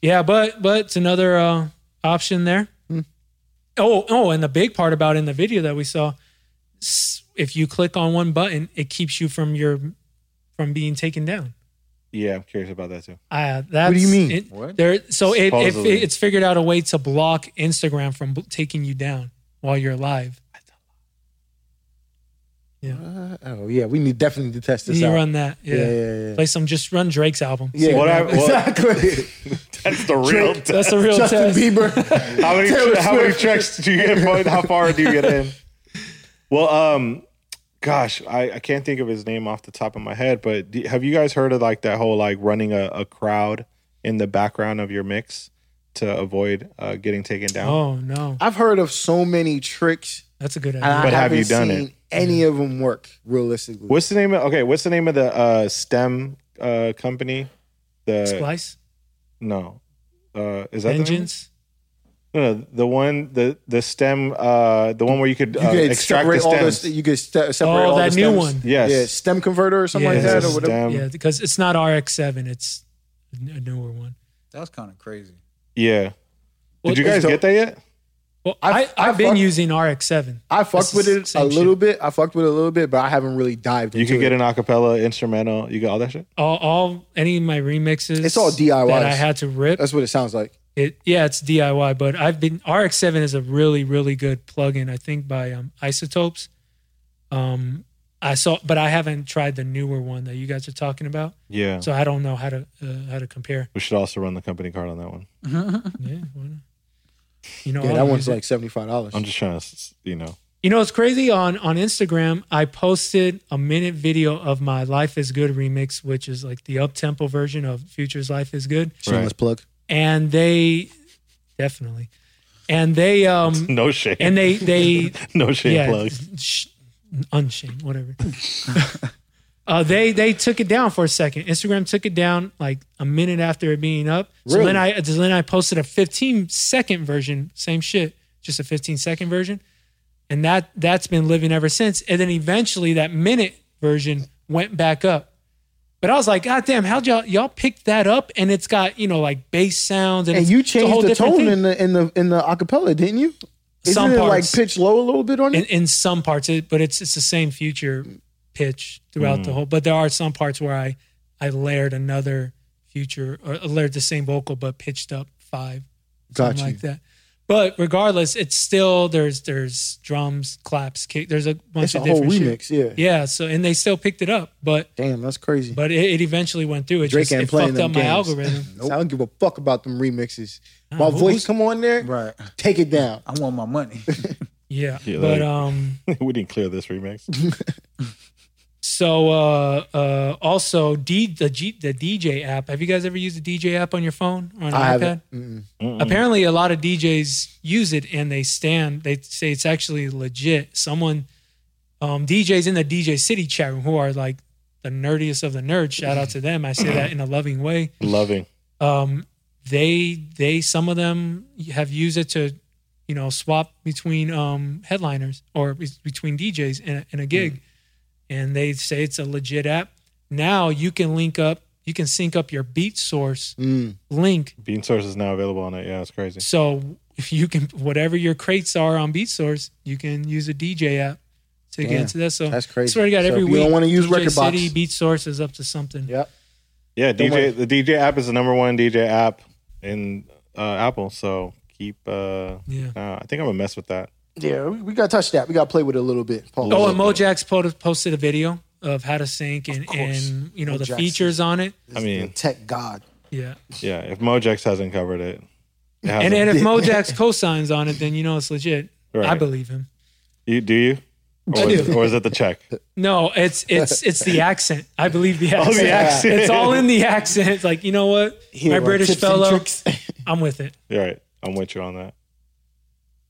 Speaker 4: Yeah, but but it's another uh, option there.
Speaker 1: Hmm.
Speaker 4: Oh oh, and the big part about in the video that we saw, s- if you click on one button, it keeps you from your from being taken down.
Speaker 1: Yeah, I'm curious about that too.
Speaker 4: Uh, that's,
Speaker 3: do you mean?
Speaker 4: It,
Speaker 2: What?
Speaker 4: There, so it, it
Speaker 1: Supposedly.
Speaker 4: it's figured out a way to block Instagram from bl- taking you down while you're live.
Speaker 3: Uh, oh yeah, we need definitely to test this
Speaker 4: You
Speaker 3: out.
Speaker 4: run that, yeah.
Speaker 3: yeah, yeah, yeah. yeah.
Speaker 4: Play some, just run Drake's album.
Speaker 3: Yeah,
Speaker 1: What I- what-
Speaker 3: exactly.
Speaker 1: That's the real. test.
Speaker 4: That's a real
Speaker 3: Justin
Speaker 4: test.
Speaker 3: Bieber.
Speaker 1: how many
Speaker 3: Taylor
Speaker 1: how many
Speaker 3: Swift.
Speaker 1: tracks do you get? Bud? How far do you get in? Well, um, gosh, I, I can't think of his name off the top of my head, but do, have you guys heard of like that whole like running a, a crowd in the background of your mix to avoid uh, getting taken down?
Speaker 4: Oh no,
Speaker 3: I've heard of so many tricks,
Speaker 4: that's a good
Speaker 3: and
Speaker 4: idea.
Speaker 3: I
Speaker 1: But have
Speaker 3: haven't
Speaker 1: you done
Speaker 3: seen any of them work realistically.
Speaker 1: What's the name of okay? What's the name of the uh, STEM uh, company? The
Speaker 4: Splice,
Speaker 1: no, uh, is Uh, that the name?
Speaker 4: Vengeance.
Speaker 1: No, no, the one the the stem uh the one where you could,
Speaker 3: you
Speaker 1: uh,
Speaker 3: could
Speaker 1: extract the
Speaker 3: separate all
Speaker 1: stems.
Speaker 3: this. You could ste- separate
Speaker 4: Oh,
Speaker 3: all
Speaker 4: that
Speaker 3: the
Speaker 4: new
Speaker 3: stems.
Speaker 4: one.
Speaker 1: yes.
Speaker 3: Yeah, stem converter or something
Speaker 4: Yeah.
Speaker 3: like
Speaker 1: It's
Speaker 3: that,
Speaker 1: a
Speaker 3: or
Speaker 1: stem.
Speaker 3: whatever.
Speaker 4: yeah, because it's not RX7. It's a newer one.
Speaker 2: That's kind of crazy.
Speaker 1: Yeah. Did
Speaker 4: Well,
Speaker 1: you guys
Speaker 3: it's-
Speaker 1: get that yet?
Speaker 4: Well, I,
Speaker 3: I've-
Speaker 4: I've,
Speaker 3: I've
Speaker 4: been
Speaker 3: fucked-
Speaker 4: using RX7.
Speaker 3: I fucked
Speaker 4: It's
Speaker 3: with
Speaker 4: the
Speaker 3: it a
Speaker 4: same
Speaker 3: little
Speaker 4: shit.
Speaker 3: bit. I fucked with it a little bit, but I haven't really dived.
Speaker 1: You
Speaker 3: into
Speaker 1: could get an
Speaker 3: it.
Speaker 1: acapella instrumental. You got all that shit.
Speaker 4: All, all any of my remixes.
Speaker 3: It's all DIYs.
Speaker 4: that I had to rip.
Speaker 3: That's what it sounds like.
Speaker 4: It yeah, it's DIY. But I've been RX7 is a really really good plugin. I think by um, Isotopes. Um, I saw, but I haven't tried the newer one that you guys are talking about,
Speaker 1: Yeah.
Speaker 4: so I don't know how to uh, how to compare.
Speaker 1: we should also run the company card on that one.
Speaker 4: Yeah, why not? you know
Speaker 3: Yeah,
Speaker 4: I'll
Speaker 3: that
Speaker 4: use
Speaker 3: one's
Speaker 4: it.
Speaker 3: like seventy five dollars.
Speaker 1: I'm just trying to, s- you know.
Speaker 4: You know, it's crazy on on Instagram. I posted a minute video of my "Life Is Good" remix, which is like the up tempo version of Future's "Life Is Good,"
Speaker 3: Shameless plug.
Speaker 4: and they definitely, and they um,
Speaker 1: No shame.
Speaker 4: and they they
Speaker 1: no shame
Speaker 4: yeah,
Speaker 1: plug.
Speaker 4: sh- unshamed, whatever. uh, they they took it down for a second. Instagram took it down like a minute after it being up. So
Speaker 3: Really?
Speaker 4: then I so then I posted a 15 second version, same shit, just a 15 second version, and that that's been living ever since. And then eventually that minute version went back up. But I was like, God damn, how'd y'all y'all pick that up? And it's got you know like bass sounds and,
Speaker 3: And
Speaker 4: it's-
Speaker 3: you
Speaker 4: it's a whole
Speaker 3: changed the
Speaker 4: different
Speaker 3: tone
Speaker 4: thing.
Speaker 3: in the in the in the acapella, didn't you? Isn't
Speaker 4: Some
Speaker 3: it
Speaker 4: parts.
Speaker 3: like pitch low a little bit on
Speaker 4: in,
Speaker 3: it?
Speaker 4: in some parts, it, but it's it's the same future pitch throughout
Speaker 3: Mm-hmm.
Speaker 4: the whole. But there are some parts where I I layered another future or layered the same vocal but pitched up five,
Speaker 3: Got
Speaker 4: something
Speaker 3: you.
Speaker 4: like that. But regardless, it's still there's there's drums, claps, kick. There's a bunch
Speaker 3: It's a
Speaker 4: of
Speaker 3: whole
Speaker 4: different shit.
Speaker 3: remix. Yeah.
Speaker 4: Yeah, so and they still picked it up, but
Speaker 3: Damn, that's crazy.
Speaker 4: but it, it eventually went through. It
Speaker 3: Drake
Speaker 4: just
Speaker 3: ain't
Speaker 4: it
Speaker 3: playing
Speaker 4: fucked
Speaker 3: them
Speaker 4: up my
Speaker 3: games.
Speaker 4: algorithm.
Speaker 3: I don't give a fuck about them remixes. My
Speaker 4: who-
Speaker 3: voice
Speaker 4: who's-
Speaker 3: come on there,
Speaker 2: Right.
Speaker 3: take it down.
Speaker 2: I want my money.
Speaker 4: Yeah,
Speaker 1: Yeah,
Speaker 4: but
Speaker 1: like-
Speaker 4: um.
Speaker 1: we didn't clear this remix.
Speaker 4: So uh, uh, also D, the G, the DJ app. Have you guys ever used the DJ app on your phone or on an
Speaker 3: I
Speaker 4: iPad?
Speaker 3: haven't.
Speaker 4: Apparently, a lot of DJs use it and they stand. They say it's actually legit. Someone um, DJs in the DJ City chat room who are like the nerdiest of the nerds. Shout out to them. I say that in a loving way
Speaker 1: Loving.
Speaker 4: um, they they some of them have used it to you know swap between um, headliners or be- between DJs in a, in a gig,
Speaker 3: Mm.
Speaker 4: and they say it's a legit app. Now you can link up, you can sync up your beat source
Speaker 3: Mm.
Speaker 4: link,
Speaker 1: Bean Source is now available on it. Yeah, it's crazy.
Speaker 4: so if you can whatever your crates are on beat source, you can use a DJ app to get
Speaker 3: Damn,
Speaker 4: into that. So
Speaker 3: that's crazy.
Speaker 4: I swear to God,
Speaker 3: So if
Speaker 4: every
Speaker 3: you
Speaker 4: week
Speaker 3: don't wanna use
Speaker 4: DJ
Speaker 3: Record Box-
Speaker 4: City Beat Source is up to something.
Speaker 3: Yep.
Speaker 1: Yeah,
Speaker 3: worry.
Speaker 1: DJ the DJ app is the number one DJ app in uh, Apple. So keep. Uh,
Speaker 4: Yeah.
Speaker 1: uh, I think I'm gonna mess with that.
Speaker 3: Yeah, we, we got to touch that. We got to play with it a little bit. Paul.
Speaker 4: Oh, and Mojax po- posted a video of how to sync and, and you know the
Speaker 3: Mojax.
Speaker 4: features on it.
Speaker 1: I mean,
Speaker 3: tech god.
Speaker 4: Yeah.
Speaker 1: yeah. If Mojex hasn't covered it, it
Speaker 4: And
Speaker 1: hasn't.
Speaker 4: then if Mojax cosigns on it, then you know it's legit. I
Speaker 1: Right.
Speaker 4: believe him.
Speaker 1: you do you, or, is-
Speaker 4: do.
Speaker 1: or is it the check?
Speaker 4: No, it's it's it's the accent. I believe the accent.
Speaker 1: accent.
Speaker 4: It's all in the accent. It's like you know what, my
Speaker 3: uh,
Speaker 4: British fellow, I'm with it.
Speaker 1: You're right. I'm with you on that.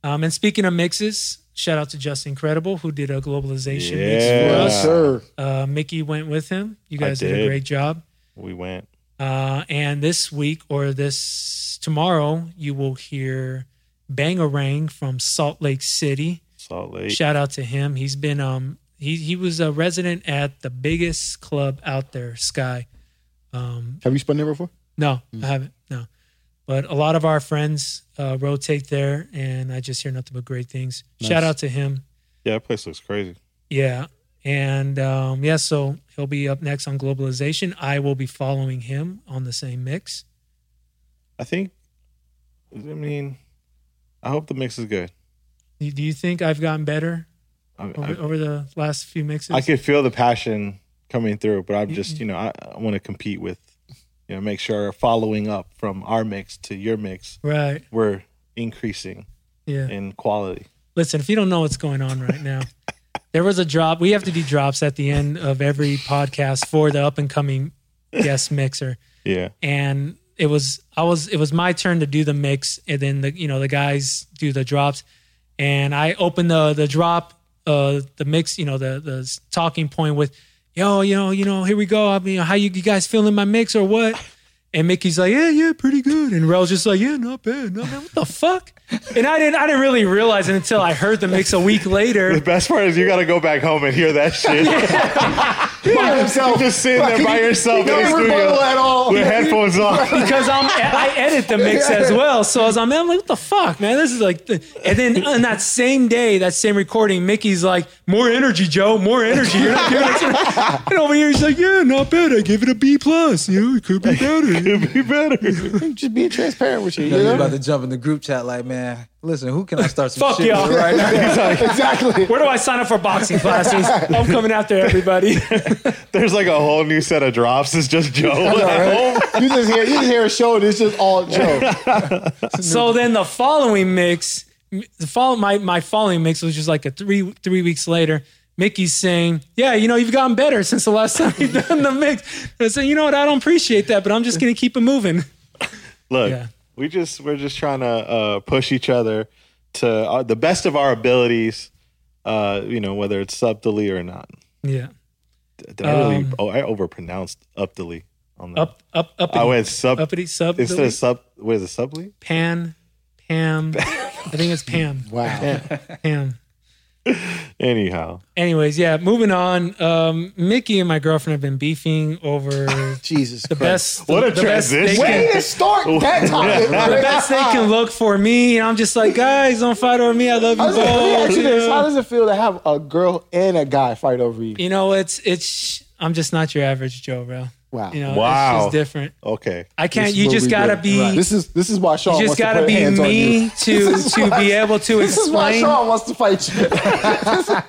Speaker 4: Um, and speaking of mixes, shout out to Justin Credible who did a globalization
Speaker 1: Yeah.
Speaker 4: mix
Speaker 3: Yes, sir.
Speaker 4: for us. Uh, Mickey went with him. You
Speaker 1: I
Speaker 4: guys did. a
Speaker 1: did.
Speaker 4: great job.
Speaker 1: We went.
Speaker 4: Uh, and this week or this tomorrow, you will hear Bangarang from Salt Lake City.
Speaker 1: Salt Lake.
Speaker 4: Shout out to him. He's been um he he was a resident at the biggest club out there, Sky. Um,
Speaker 3: Have you spun there before?
Speaker 4: no, I haven't. No, but a lot of our friends uh, rotate there, and I just hear nothing but great things. Shout out to him.
Speaker 1: yeah, that place looks crazy.
Speaker 4: Yeah. And um, yeah, so he'll be up next on globalization. I will be following him on the same mix.
Speaker 1: I think. I mean, I hope the mix is good.
Speaker 4: Do do you think I've gotten better
Speaker 1: I, I,
Speaker 4: over, over the last few mixes?
Speaker 1: I could feel the passion coming through, but I'm just, you know, I, I want to compete with, you know, make sure following up from our mix to your mix,
Speaker 4: right.
Speaker 1: we're increasing
Speaker 4: Yeah.
Speaker 1: in quality.
Speaker 4: Listen, if you don't know what's going on right now, there was a drop. We have to do drops at the end of every podcast for the up and coming guest mixer.
Speaker 1: Yeah.
Speaker 4: and it was I was it was my turn to do the mix, and then the you know the guys do the drops, and I opened the the drop, uh, the mix, you know the the s- talking point with, yo, you know, you know, here we go. I mean, how you, you guys feeling my mix or what? And Mickey's like, yeah, yeah, pretty good. And Rel's just like, yeah, not bad, not bad. What the fuck? And I didn't, I didn't really realize it until I heard the mix a week later.
Speaker 1: The best part is you got to go back home and hear that shit. by yourself. just sitting there by yourself in the
Speaker 3: rebuttal
Speaker 1: studio
Speaker 3: at all.
Speaker 1: with headphones on.
Speaker 4: because I'm I edit the mix as well. So as I'm, I'm like, what the fuck, man? This is like, the, and then on that same day, that same recording, Mickey's like, more energy, Joe, more energy. You're not giving us enough." And over here, he's like, yeah, not bad. I gave it a B plus. You know, it could be better.
Speaker 1: It'd be better.
Speaker 3: Just being transparent with you.
Speaker 2: You
Speaker 3: you
Speaker 2: know,
Speaker 3: know?
Speaker 2: you about to jump in the group chat like, man, listen, who can I start some
Speaker 4: Fuck
Speaker 2: shit
Speaker 4: y'all.
Speaker 2: with right now?
Speaker 3: exactly.
Speaker 4: Where do I sign up for boxing classes? I'm coming out there, everybody.
Speaker 1: There's like a whole new set of drops. It's just Joe at home.
Speaker 3: you just hear you just hear a show and it's just all Joe.
Speaker 4: so then the following mix, the follow my my following mix was just like a three three weeks later. Mickey's saying, "Yeah, you know, you've gotten better since the last time you've done the mix." And I said, "You know what? I don't appreciate that, but I'm just gonna keep it moving."
Speaker 1: Look,
Speaker 4: Yeah.
Speaker 1: we just we're just trying to uh, push each other to uh, the best of our abilities. Uh, you know, whether it's subtly or not.
Speaker 4: Yeah,
Speaker 1: Did I really?
Speaker 4: Um,
Speaker 1: oh, I overpronounced updily on that.
Speaker 4: up up up.
Speaker 1: I went sub
Speaker 4: uppity sub
Speaker 1: instead of sub. What is it? Subly?
Speaker 4: pan, Pam. I think it's Pam.
Speaker 3: Wow.
Speaker 4: Pam.
Speaker 1: Anyhow,
Speaker 4: Anyways, yeah. Moving on. Um, Mickey and my girlfriend have been beefing over the
Speaker 3: Jesus Christ.
Speaker 4: best.
Speaker 1: What a
Speaker 4: the best they
Speaker 1: transition.
Speaker 4: can-
Speaker 3: Way to start that topic.
Speaker 4: the best they can look for me. And I'm just like, guys, don't fight over me. I love you
Speaker 3: How does, it, let me
Speaker 4: both.
Speaker 3: ask you
Speaker 4: You
Speaker 3: this. How
Speaker 4: know?
Speaker 3: does it feel to have a girl and a guy fight over you?
Speaker 4: You know, it's it's. I'm just not your average Joe, bro.
Speaker 3: Wow.
Speaker 4: You know, it's
Speaker 1: Wow.
Speaker 4: just different.
Speaker 1: okay.
Speaker 4: I can't.
Speaker 3: This is
Speaker 4: You
Speaker 3: what
Speaker 4: just
Speaker 3: we
Speaker 4: gotta
Speaker 3: do.
Speaker 4: be.
Speaker 3: This is this is why Sean
Speaker 4: You just
Speaker 3: wants
Speaker 4: gotta
Speaker 3: to put
Speaker 4: be
Speaker 3: hands on you.
Speaker 4: me to to be able to
Speaker 3: This is why
Speaker 4: explain.
Speaker 3: Sean wants to fight you.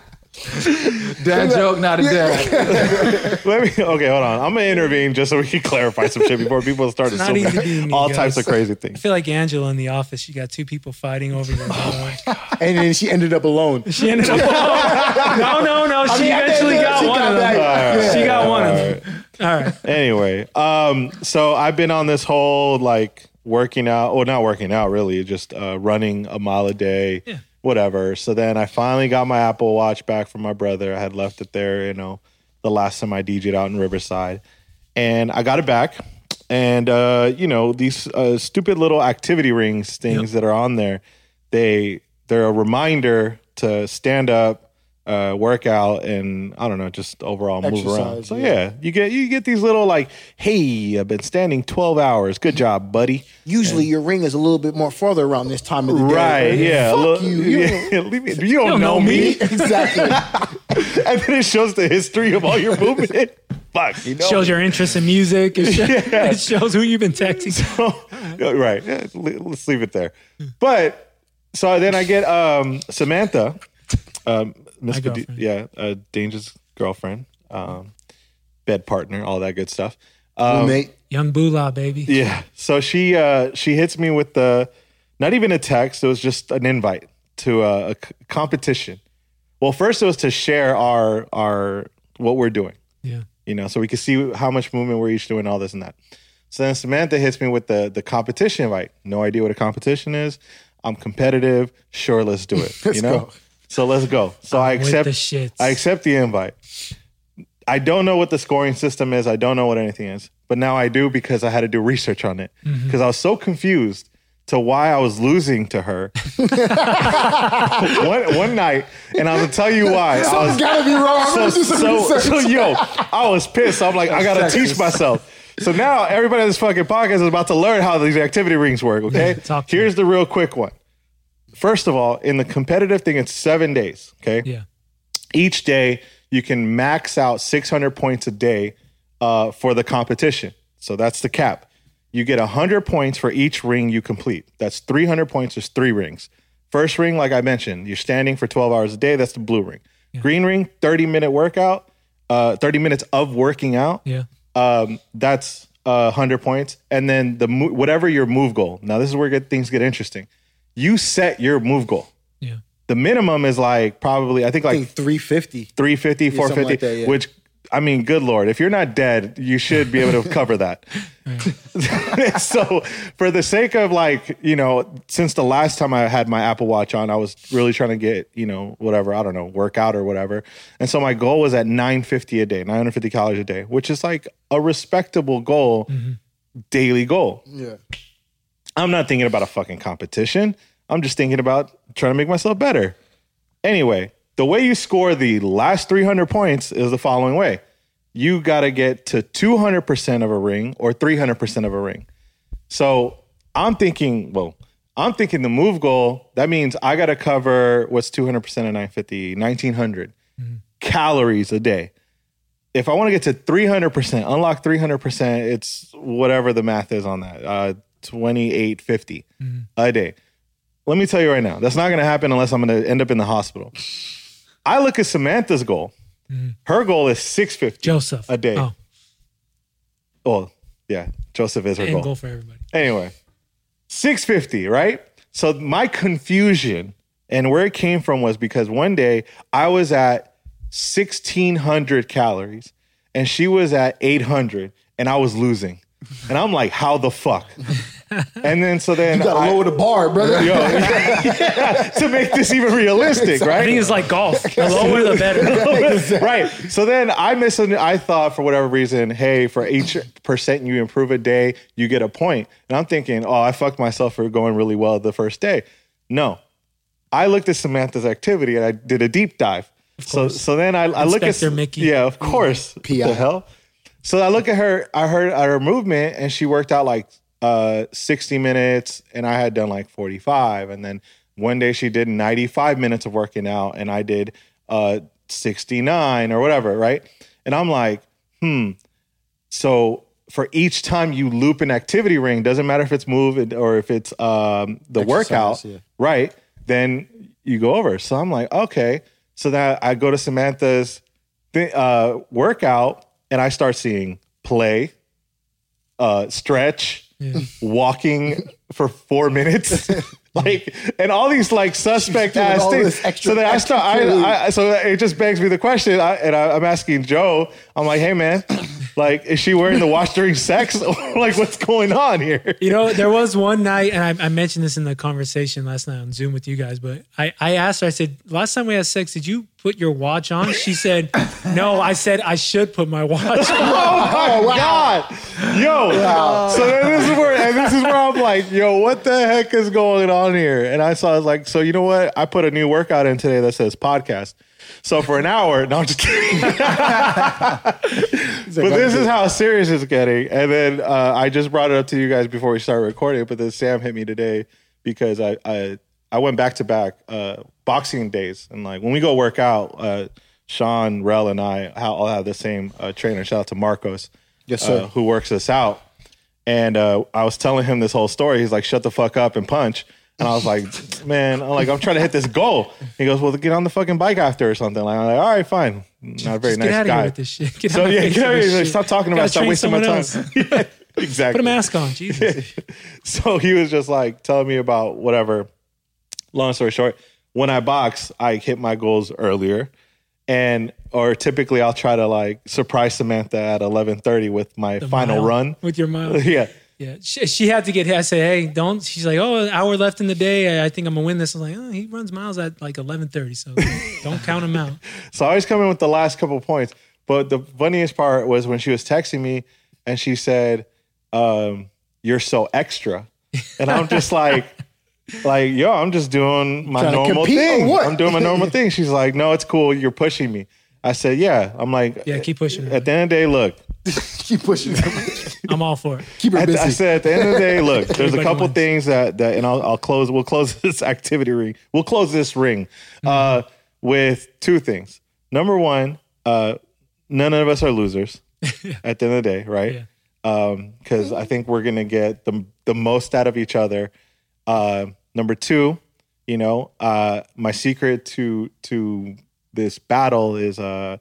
Speaker 2: Dad joke, not a dad.
Speaker 1: Let me. Okay, hold on. I'm gonna intervene just so we can clarify some shit before people start
Speaker 4: not easy
Speaker 1: assuming
Speaker 4: being me,
Speaker 1: all types
Speaker 4: guys.
Speaker 1: of crazy
Speaker 4: I
Speaker 1: things.
Speaker 4: feel like Angela in the office. You got two people fighting over
Speaker 3: Oh
Speaker 4: your dog.
Speaker 3: and then she ended up alone.
Speaker 4: She ended up. no, no, no. She eventually got one of them. She got one of them. All right.
Speaker 1: Anyway, um, so I've been on this whole like working out, or not working out really, just uh, running a mile a day, whatever. So then I finally got my Apple Watch back from my brother. I had left it there, you know, the last time I DJ'd out in Riverside, and I got it back. And uh, you know these uh, stupid little activity rings things that are on there, they they're a reminder to stand up, uh, work out, and I don't know, just overall move around.
Speaker 3: Exercise,
Speaker 1: So
Speaker 3: yeah.
Speaker 1: yeah, yeah, you get you get these little like, hey, I've been standing twelve hours. Good job, buddy.
Speaker 3: Usually your ring is a little bit more farther around this time of the day.
Speaker 1: Right? Yeah.
Speaker 3: Fuck
Speaker 1: look-
Speaker 3: you. You
Speaker 1: yeah, leave me- you don't, know, me.
Speaker 3: exactly.
Speaker 1: and then it shows the history of all your movement. Fuck, you know.
Speaker 4: shows your interest in music. It, sho- it shows who you've been texting.
Speaker 1: Yeah, right. Yeah, le- let's leave it there. But so then I get um, Samantha, um, Miss
Speaker 4: My
Speaker 1: Produ-
Speaker 4: girlfriend.
Speaker 1: yeah, uh, Danger's girlfriend, um, bed partner, all that good stuff. Um,
Speaker 3: Roommate.
Speaker 4: Young Bula, baby.
Speaker 1: yeah. So she uh, she hits me with the not even a text. It was just an invite to a, a c- competition. Well, first it was to share our our what we're doing
Speaker 4: Yeah.
Speaker 1: you know, so we could see how much movement we're each doing, all this and that. So then Samantha hits me with the the competition, right? No idea what a competition is. I'm competitive. Sure, let's do it. you know,
Speaker 3: go.
Speaker 1: so let's go. So i
Speaker 4: with
Speaker 1: accept.
Speaker 4: the shits.
Speaker 1: I accept the invite. I don't know what the scoring system is. I don't know what anything is, but now I do because I had to do research on it because I was so confused to why I was losing to her one one night, and I'm gonna tell you why. I was,
Speaker 3: It's gotta be wrong. I'm
Speaker 1: so,
Speaker 3: gonna do some
Speaker 1: so,
Speaker 3: research.
Speaker 1: so, yo, I was pissed. I'm like, I gotta teach myself. So now everybody on this fucking podcast is about to learn how these activity rings work. Okay,
Speaker 4: Talk to
Speaker 1: here's the real quick one. First of all, in the competitive thing, it's seven days. Okay,
Speaker 4: Yeah.
Speaker 1: each day you can max out 600 points a day uh, for the competition. So that's the cap. You get 100 points for each ring you complete. That's 300 points. There's three rings. First ring, like I mentioned, you're standing for 12 hours a day. That's the blue ring. Green ring, 30 minute workout, uh, 30 minutes of working out
Speaker 4: Yeah.
Speaker 1: um, that's uh, 100 points. And then the mo- whatever your move goal. Now, this is where get, things get interesting. You set your move goal.
Speaker 4: Yeah.
Speaker 1: The minimum is like probably, I think
Speaker 3: I
Speaker 1: like
Speaker 3: think 350.
Speaker 1: 350,
Speaker 3: something
Speaker 1: 450,
Speaker 3: like that, yeah.
Speaker 1: which I mean, good lord, if you're not dead, you should be able to cover that. so, for the sake of like, you know, since the last time I had my Apple Watch on, I was really trying to get, you know, whatever, I don't know, workout or whatever. And so my goal was at 950 a day, 950 calories a day, which is like a respectable goal, daily goal.
Speaker 3: Yeah.
Speaker 1: I'm not thinking about a fucking competition. I'm just thinking about trying to make myself better. Anyway, the way you score the last 300 points is the following way you got to get to 200% of a ring or 300% of a ring. So I'm thinking, well, I'm thinking the move goal, that means I got to cover what's 200% of 950, 1900
Speaker 4: Mm-hmm.
Speaker 1: calories a day. If I want to get to 300%, unlock 300%, it's whatever the math is on that, uh, 2850
Speaker 4: Mm-hmm.
Speaker 1: a day. Let me tell you right now, that's not going to happen unless I'm going to end up in the hospital. I look at Samantha's goal. Her goal is 650
Speaker 4: Mm-hmm. Joseph.
Speaker 1: A day.
Speaker 4: Oh,
Speaker 1: well, yeah, Joseph is her
Speaker 4: and
Speaker 1: goal.
Speaker 4: goal for everybody.
Speaker 1: Anyway, 650, right? So my confusion and where it came from was because one day I was at 1600 calories and she was at 800 and I was losing. And I'm like, how the fuck? and then so then
Speaker 3: You gotta
Speaker 1: I-
Speaker 3: lower the bar, brother.
Speaker 1: Yo, yeah, to make this even realistic,
Speaker 4: I
Speaker 1: right?
Speaker 4: think it's like golf. The lower the better.
Speaker 1: right. So then I mis- I thought for whatever reason, hey, for each percent you improve a day, you get a point. And I'm thinking, oh, I fucked myself for going really well the first day. No. I looked at Samantha's activity and I did a deep dive. So so then I, I look at
Speaker 4: Inspector Mickey.
Speaker 1: Yeah, of course. The hell? So I look at her, I heard at her movement, and she worked out like uh 60 minutes, and I had done like 45. And then one day she did 95 minutes of working out, and I did uh 69 or whatever, right? And I'm like, hmm. So for each time you loop an activity ring, doesn't matter if it's move or if it's um the workout,
Speaker 3: yeah.
Speaker 1: right? Then you go over. So I'm like, okay. So then I go to Samantha's thi- uh, workout and I start seeing play, uh, stretch, walking for four minutes. Like and all these like suspect
Speaker 3: doing
Speaker 1: ass
Speaker 3: all
Speaker 1: things.
Speaker 3: this extra-
Speaker 1: so then I
Speaker 3: extra
Speaker 1: start.
Speaker 3: food.
Speaker 1: I, I, so it just begs me the question, I, and I, I'm asking Joe. I'm like, hey man, like is she wearing the watch during sex? Or like what's going on here?
Speaker 4: You know, there was one night, and I, I mentioned this in the conversation last night on Zoom with you guys, but I, I asked her, I said, last time we had sex, did you put your watch on? She said, no, I said, I should put my watch on.
Speaker 1: Oh my god, yo! So then this is where and this is where I'm like, yo, what the heck is going on here? And I saw I was like, so you know what? I put a new workout in today that says podcast. So for an hour, no, I'm just kidding. but this is how serious it's getting. And then uh, I just brought it up to you guys before we started recording. But then Sam hit me today because I I, I went back to back uh, boxing days, and like when we go work out, uh, Sean, Rel, and I ha- all have the same uh, trainer. Shout out to Marcos,
Speaker 3: Yes, sir.
Speaker 1: uh, who works us out. And uh, I was telling him this whole story. He's like, "Shut the fuck up and punch." And I was like, "Man, I'm like I'm trying to hit this goal." He goes, "Well, get on the fucking bike after or something." Like, I'm like, "All right, fine." Not a very
Speaker 4: Just
Speaker 1: nice
Speaker 4: get out of
Speaker 1: guy.
Speaker 4: here with this shit. Get
Speaker 1: So
Speaker 4: out
Speaker 1: Oh, yeah,
Speaker 4: of
Speaker 1: yeah,
Speaker 4: here with this
Speaker 1: yeah,
Speaker 4: shit.
Speaker 1: stop talking about.
Speaker 4: Gotta
Speaker 1: it. Stop wasting
Speaker 4: train
Speaker 1: my
Speaker 4: someone
Speaker 1: time.
Speaker 4: else.
Speaker 1: Yeah, exactly.
Speaker 4: Put a mask on, Jesus.
Speaker 1: So he was just like telling me about whatever. Long story short, when I box, I hit my goals earlier, and or typically I'll try to like surprise Samantha at eleven thirty with my final
Speaker 4: Mile.
Speaker 1: run.
Speaker 4: with your mom.
Speaker 1: yeah,
Speaker 4: Yeah, she, she had to get. I said, "Hey, don't." She's like, "Oh, an hour left in the day. I, I think I'm gonna win this." I'm like, oh, "He runs miles at like 11:30, so don't count him out."
Speaker 1: So I always come in with the last couple of points. But the funniest part was when she was texting me and she said, um, "You're so extra," and I'm just like, "Like yo, I'm just doing my
Speaker 3: Trying to
Speaker 1: normal
Speaker 3: compete or
Speaker 1: thing.
Speaker 3: what?"
Speaker 1: I'm doing my normal thing." She's like, "No, it's cool. You're pushing me." I said, "Yeah." I'm like,
Speaker 4: Yeah, keep pushing her.
Speaker 1: At the end of the day, look.
Speaker 5: Keep pushing.
Speaker 4: I'm all for it.
Speaker 5: Keep her
Speaker 1: At the- I
Speaker 5: busy.
Speaker 1: said at the end of the day, look. There's a
Speaker 4: Everybody
Speaker 1: couple
Speaker 4: wins.
Speaker 1: things that that, and I'll, I'll close. We'll close this activity ring. We'll close this ring uh,
Speaker 4: Mm-hmm.
Speaker 1: with two things. Number one, uh, none of us are losers at the end of the day, right? Because I think we're gonna get the the most out of each other. Uh, number two, you know, uh, my secret to to this battle is uh,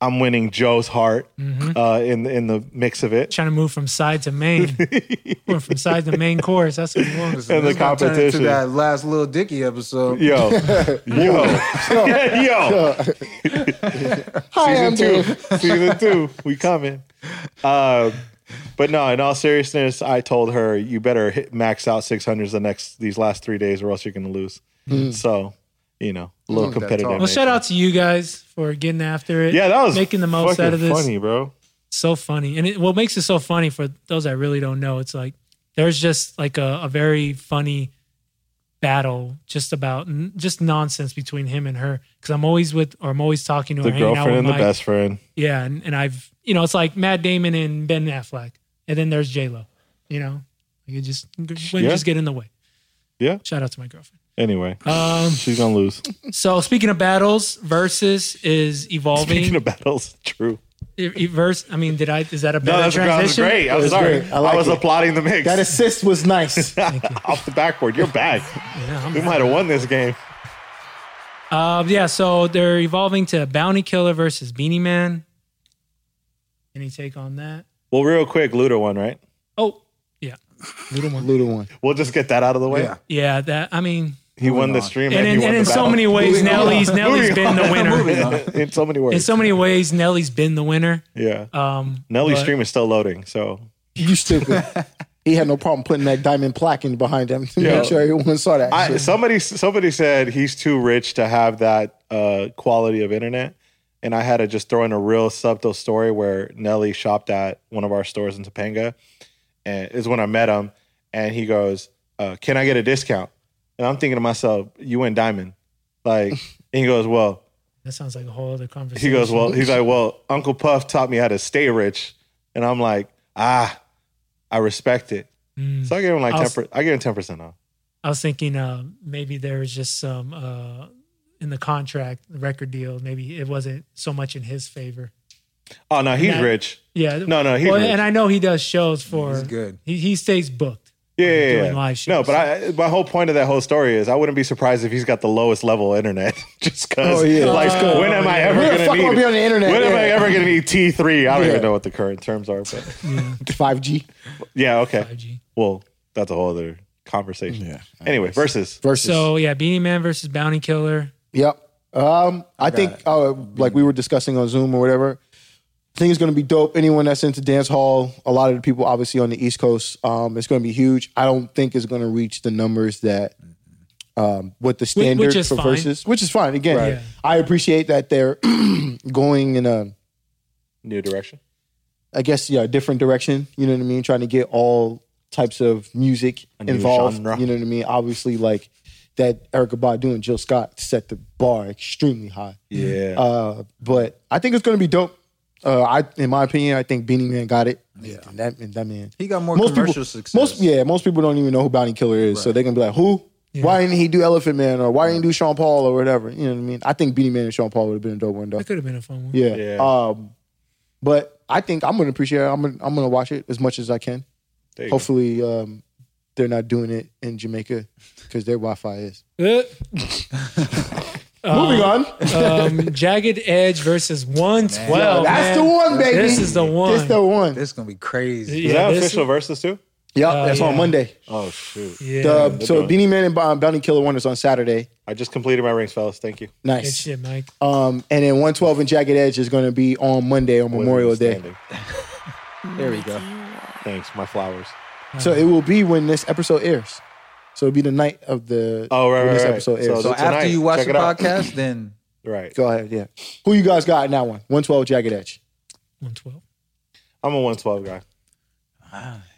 Speaker 1: I'm winning Joe's heart
Speaker 4: Mm-hmm.
Speaker 1: uh, in in the mix of it.
Speaker 4: Trying to move from side to main. We're from side to main course. That's what we want.
Speaker 1: And the
Speaker 2: It's gonna turn into
Speaker 1: competition.
Speaker 2: that last little Dicky episode.
Speaker 1: Yo, yo, yo!
Speaker 3: Hi,
Speaker 1: Season
Speaker 3: I'm
Speaker 1: two,
Speaker 3: Dave.
Speaker 1: season two, we coming. Uh, but no, in all seriousness, I told her you better hit max out six hundreds the next these last three days, or else you're gonna lose.
Speaker 3: Hmm.
Speaker 1: So you know, a little
Speaker 2: Mm, that's
Speaker 1: competitive.
Speaker 2: all.
Speaker 4: Well, shout out to you guys for getting after it.
Speaker 1: Yeah, that was
Speaker 4: making the most out
Speaker 1: fucking
Speaker 4: of this.
Speaker 1: Funny, bro.
Speaker 4: so funny. And it, what makes it so funny for those that really don't know, it's like there's just like a, a very funny battle just about n- just nonsense between him and her. Cause I'm always with, or I'm always talking to
Speaker 1: The
Speaker 4: her, hanging out
Speaker 1: girlfriend
Speaker 4: with
Speaker 1: and the
Speaker 4: Mike.
Speaker 1: best friend.
Speaker 4: Yeah. And, and I've, you know, it's like Matt Damon and Ben Affleck. And then there's J-Lo, you know, you just, women
Speaker 1: Yeah.
Speaker 4: just get in the way.
Speaker 1: Yeah.
Speaker 4: Shout out to my girlfriend.
Speaker 1: Anyway,
Speaker 4: Um,
Speaker 1: she's gonna lose.
Speaker 4: so speaking of battles, versus is evolving.
Speaker 1: Speaking of battles, true.
Speaker 4: E- e- verse, I mean, did I? Is that a better
Speaker 1: No, that's that was
Speaker 4: transition?
Speaker 1: great. I'm
Speaker 3: was
Speaker 1: sorry.
Speaker 3: great. I like
Speaker 1: was
Speaker 3: it.
Speaker 1: applauding the mix.
Speaker 3: That assist was nice.
Speaker 1: off the backboard. You're back.
Speaker 4: Yeah, I'm-
Speaker 1: We might have won this game.
Speaker 4: Um, yeah, so they're evolving to Bounty Killer versus Beanie Man. Any take on that?
Speaker 1: Well, real quick, Luda won, right?
Speaker 4: Oh, yeah,
Speaker 3: Luda one.
Speaker 1: We'll just get that out of the way.
Speaker 2: Yeah.
Speaker 4: yeah. That I mean,
Speaker 1: He won the
Speaker 2: on.
Speaker 1: stream,
Speaker 4: and
Speaker 1: he
Speaker 4: in,
Speaker 1: won
Speaker 4: and
Speaker 1: the
Speaker 4: in so
Speaker 1: battle.
Speaker 4: many ways,
Speaker 2: Moving on.
Speaker 4: Nelly's Nelly's been the winner.
Speaker 1: in so many
Speaker 4: In
Speaker 1: ways.
Speaker 4: so many ways, Nelly's been the winner.
Speaker 1: yeah.
Speaker 4: Um,
Speaker 1: Nelly's
Speaker 4: but-
Speaker 1: stream is still loading, so
Speaker 3: You stupid. he had no problem putting that diamond plaque in behind him to
Speaker 1: Yeah.
Speaker 3: make sure everyone saw that.
Speaker 1: I,
Speaker 3: shit.
Speaker 1: somebody somebody said he's too rich to have that uh, quality of internet, and I had to just throw in a real subtle story where Nelly shopped at one of our stores in Topanga, and is when I met him, and he goes, uh, "Can I get a discount?" And I'm thinking to myself, "You went diamond," like, and he goes, "Well."
Speaker 4: that sounds like a whole other conversation.
Speaker 1: He goes, well, he's like, well, Uncle Puff taught me how to stay rich, and I'm like, ah, I respect it.
Speaker 4: Mm.
Speaker 1: So I give him like
Speaker 4: I'll
Speaker 1: ten.
Speaker 4: s-
Speaker 1: Per- I give him ten percent off.
Speaker 4: I was thinking uh, maybe there was just some uh, in the contract, the record deal. Maybe it wasn't so much in his favor.
Speaker 1: Oh no, he's
Speaker 4: that-
Speaker 1: rich.
Speaker 4: Yeah,
Speaker 1: No, no, he's
Speaker 4: well,
Speaker 1: rich.
Speaker 4: and I know he does shows for.
Speaker 2: He's good.
Speaker 4: He he stays booked.
Speaker 1: Yeah, yeah, yeah.
Speaker 4: doing live shows.
Speaker 1: No, but I, my whole point of that whole story is I wouldn't be surprised if he's got the lowest level internet just because.
Speaker 3: Oh, yeah.
Speaker 1: Like,
Speaker 4: Oh,
Speaker 1: when am I
Speaker 4: yeah.
Speaker 1: ever
Speaker 3: Where the
Speaker 1: gonna
Speaker 3: fuck am I
Speaker 1: need?
Speaker 3: be on the internet?
Speaker 1: When am
Speaker 3: Yeah.
Speaker 1: I ever gonna need T three? I don't
Speaker 3: Yeah.
Speaker 1: even know what the current terms are, but
Speaker 3: 5G
Speaker 1: yeah, okay.
Speaker 4: 5G.
Speaker 1: Well, that's a whole other conversation. Yeah. Anyway, versus.
Speaker 3: versus.
Speaker 4: So yeah, Beanie Man versus Bounty Killer.
Speaker 3: Yep. Um, I think uh, like we were discussing on Zoom or whatever. I think it's going to be dope. Anyone that's into dance hall, a lot of the people obviously on the East Coast, um, it's going to be huge. I don't think it's going to reach the numbers that um, what the
Speaker 4: which
Speaker 3: standard
Speaker 4: is
Speaker 3: for
Speaker 4: fine.
Speaker 3: versus, which is fine. Again,
Speaker 4: Right. Yeah.
Speaker 3: I appreciate that they're going in a
Speaker 1: New direction.
Speaker 3: I guess yeah, a different direction. You know what I mean? Trying to get all types of music
Speaker 1: new
Speaker 3: involved.
Speaker 1: genre.
Speaker 3: You know what I mean? Obviously, like that Erica Badu and Jill Scott set the bar extremely high.
Speaker 1: Yeah.
Speaker 3: Uh, but I think it's gonna be dope. Uh, I, in my opinion, I think Beanie Man got it. Yeah, that that man.
Speaker 2: He got more
Speaker 3: Most
Speaker 2: commercial
Speaker 3: people,
Speaker 2: success.
Speaker 3: most yeah, most people don't even know who Bounty Killer is, so they're gonna be like, "Who?" Why didn't he do Elephant Man or why didn't he do Sean Paul or whatever? You know what I mean? I think Beanie Man and Sean Paul would have been a dope one though.
Speaker 4: That could have been a fun one.
Speaker 3: Yeah.
Speaker 1: Yeah.
Speaker 3: Um, but I think I'm gonna appreciate it. I'm gonna, I'm gonna watch it as much as I can.
Speaker 1: There you go.
Speaker 3: Hopefully, um, they're not doing it in Jamaica because their Wi-Fi is.
Speaker 4: Uh,
Speaker 3: Moving on.
Speaker 4: um, Jagged Edge versus 112.
Speaker 3: Yo, that's
Speaker 4: man.
Speaker 3: the one, baby.
Speaker 4: This is the one.
Speaker 3: This the one.
Speaker 2: This is gonna be crazy.
Speaker 1: Is
Speaker 4: Yeah,
Speaker 1: that
Speaker 4: this-
Speaker 1: official versus too?
Speaker 3: Yep,
Speaker 4: Uh,
Speaker 3: that's on
Speaker 4: yeah.
Speaker 3: Monday.
Speaker 1: Oh shoot!
Speaker 4: yeah.
Speaker 3: The-
Speaker 1: they're
Speaker 3: so
Speaker 1: doing
Speaker 3: Beanie Man and Bob Bounty Killer one is on Saturday.
Speaker 1: I just completed my rings, fellas. Thank you.
Speaker 4: Good
Speaker 3: Nice.
Speaker 4: shit, Mike.
Speaker 3: Um, and then 112 and Jagged Edge is going to be on Monday on Memorial Day.
Speaker 1: Standing.
Speaker 2: There we go.
Speaker 1: Thanks, my flowers.
Speaker 3: So it will be when this episode airs. So it'll be the night of the
Speaker 1: Oh, right,
Speaker 3: when this
Speaker 1: right, right.
Speaker 3: episode airs.
Speaker 2: So
Speaker 1: So
Speaker 2: after
Speaker 1: tonight,
Speaker 2: you watch
Speaker 1: check
Speaker 2: the
Speaker 1: it out.
Speaker 2: podcast, then
Speaker 1: Right.
Speaker 3: Go ahead, yeah. Who you guys got in that one? 112 Jagged Edge.
Speaker 4: 112.
Speaker 1: I'm a 112 guy.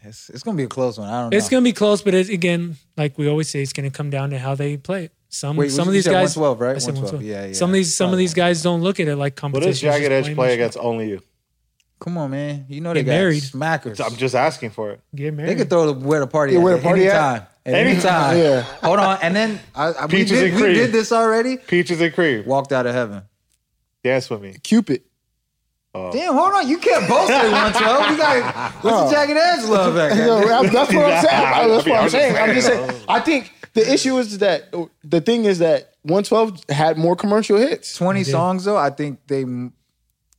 Speaker 2: it's, it's gonna be a close one. I don't know.
Speaker 4: It's going to be close, but it, again, like we always say, it's going to come down to how they play it. Some
Speaker 2: Wait,
Speaker 4: some
Speaker 2: you
Speaker 4: of these
Speaker 2: said
Speaker 4: guys,
Speaker 2: 112, right?
Speaker 4: I said
Speaker 2: 112.
Speaker 4: 112.
Speaker 2: Yeah, yeah.
Speaker 4: Some of these some of
Speaker 2: Probably.
Speaker 4: these guys don't look at it like
Speaker 1: What
Speaker 4: competition.
Speaker 1: does Jagged
Speaker 4: Just
Speaker 1: Edge
Speaker 4: blame
Speaker 1: play
Speaker 4: the
Speaker 1: against only you?
Speaker 2: Come on, man. You know they
Speaker 4: Get
Speaker 2: got
Speaker 4: married.
Speaker 2: smackers.
Speaker 1: I'm just asking for it.
Speaker 4: shit. Get
Speaker 2: They
Speaker 4: married.
Speaker 2: could throw the where the party
Speaker 3: Yeah,
Speaker 2: at.
Speaker 3: where the party at?
Speaker 2: anytime. At any time.
Speaker 3: yeah.
Speaker 2: Hold on. And then I, I, we,
Speaker 1: Peaches
Speaker 2: did,
Speaker 1: and
Speaker 2: we
Speaker 1: cream.
Speaker 2: did this already.
Speaker 1: Peaches and cream.
Speaker 2: Walked out of heaven.
Speaker 1: Dance with me.
Speaker 3: Cupid.
Speaker 2: Damn, hold on. You can't both say 112. We got what's the jagged edge love back
Speaker 3: You know,
Speaker 2: there?
Speaker 3: that- that's what I'm saying.
Speaker 1: I
Speaker 3: That's
Speaker 1: mean,
Speaker 3: what
Speaker 1: I'm
Speaker 3: I'm
Speaker 1: just
Speaker 3: saying. I'm just
Speaker 1: saying.
Speaker 3: saying. I think the issue is that the thing is that 112 had more commercial hits.
Speaker 2: 20 songs though. I think they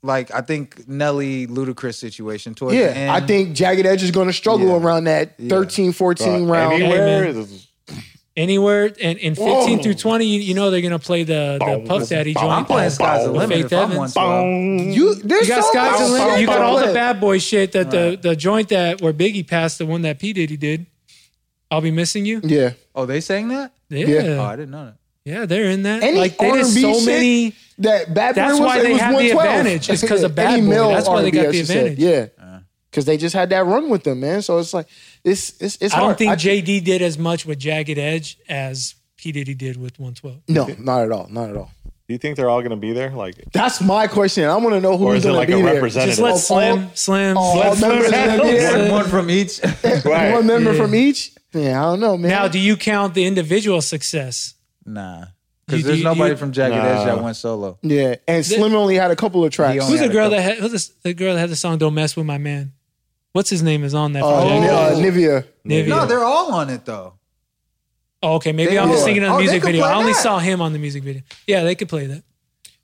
Speaker 2: like I think Nelly Ludacris situation towards the end.
Speaker 3: Yeah, I think Jagged Edge is going to struggle
Speaker 2: Yeah.
Speaker 3: around that 13,
Speaker 1: Uh,
Speaker 3: 14 round.
Speaker 1: Anywhere.
Speaker 4: Amen. Anywhere and in 15
Speaker 3: Whoa.
Speaker 4: through 20, you, you know they're going to play the, the
Speaker 1: Boom,
Speaker 4: Puff Daddy
Speaker 1: boom,
Speaker 4: joint.
Speaker 1: boom,
Speaker 2: I'm playing Sky's the
Speaker 1: Bow,
Speaker 2: Limit
Speaker 4: Faith
Speaker 2: if I'm
Speaker 4: Evans.
Speaker 2: 112.
Speaker 3: You, there's
Speaker 4: You got
Speaker 3: so
Speaker 4: Sky's
Speaker 3: much
Speaker 4: the Limit. You got all the
Speaker 3: shit.
Speaker 4: bad boy shit that the, the joint that where Biggie passed, the one that P. Diddy did. I'll be missing you.
Speaker 3: Yeah,
Speaker 2: Oh, they sang that?
Speaker 4: Yeah.
Speaker 3: Yeah.
Speaker 2: Oh,
Speaker 4: Yeah,
Speaker 2: I didn't know that.
Speaker 4: they're in that.
Speaker 3: Any
Speaker 4: like they did
Speaker 3: R&B
Speaker 4: so
Speaker 3: shit?
Speaker 4: many
Speaker 3: that bad boy.
Speaker 4: That's
Speaker 3: was,
Speaker 4: why
Speaker 3: it
Speaker 4: they
Speaker 3: was
Speaker 4: had the
Speaker 3: 112.
Speaker 4: advantage, is 'cause of Bad
Speaker 3: Any
Speaker 4: Boy.
Speaker 3: male
Speaker 4: That's why they
Speaker 3: R&B,
Speaker 4: got
Speaker 3: I
Speaker 4: the
Speaker 3: should say.
Speaker 4: advantage. Uh.
Speaker 3: Yeah, because they just had that run with them, man. So it's like it's it's it's
Speaker 4: I
Speaker 3: hard.
Speaker 4: don't think JD did as much with Jagged Edge as P. Diddy did with 112.
Speaker 3: No, not at all. Not at all.
Speaker 1: Do you think they're all going to be there? Like,
Speaker 3: That's my question. I want to know
Speaker 1: or
Speaker 3: who's
Speaker 1: is it
Speaker 3: going
Speaker 1: like
Speaker 3: to
Speaker 1: a
Speaker 3: be there.
Speaker 1: representative?
Speaker 4: Just
Speaker 2: Oh,
Speaker 4: let
Speaker 3: Of all-
Speaker 4: Slim, Slim,
Speaker 3: all
Speaker 4: Slim.
Speaker 3: members
Speaker 4: Slim.
Speaker 3: of the NBA.
Speaker 4: Slim.
Speaker 2: One, one from each.
Speaker 1: right.
Speaker 3: One member
Speaker 4: Yeah.
Speaker 3: from each. Yeah, I don't know, man.
Speaker 4: Now, do you count the individual success?
Speaker 2: nah.
Speaker 4: You-
Speaker 2: Because there's
Speaker 4: you-
Speaker 2: nobody
Speaker 4: you-
Speaker 2: from Jagged Edge that went solo.
Speaker 3: yeah, and Slim only had a couple of
Speaker 2: He
Speaker 3: tracks.
Speaker 2: only
Speaker 4: Who's the
Speaker 2: had a
Speaker 4: girl
Speaker 2: couple.
Speaker 4: that had, who's this- the girl that had the song "Don't Mess with My Man"? What's his name is on that?
Speaker 3: Uh,
Speaker 4: project?
Speaker 3: Ni- uh, Nivea.
Speaker 4: Nivea.
Speaker 2: Oh, No, they're all on it though.
Speaker 4: oh, okay, maybe
Speaker 2: they
Speaker 4: I'm just
Speaker 2: are.
Speaker 4: thinking of the
Speaker 2: Oh, they
Speaker 4: music
Speaker 2: could
Speaker 4: video.
Speaker 2: play
Speaker 4: I only
Speaker 2: that.
Speaker 4: saw him on the music video. Yeah, they could play that.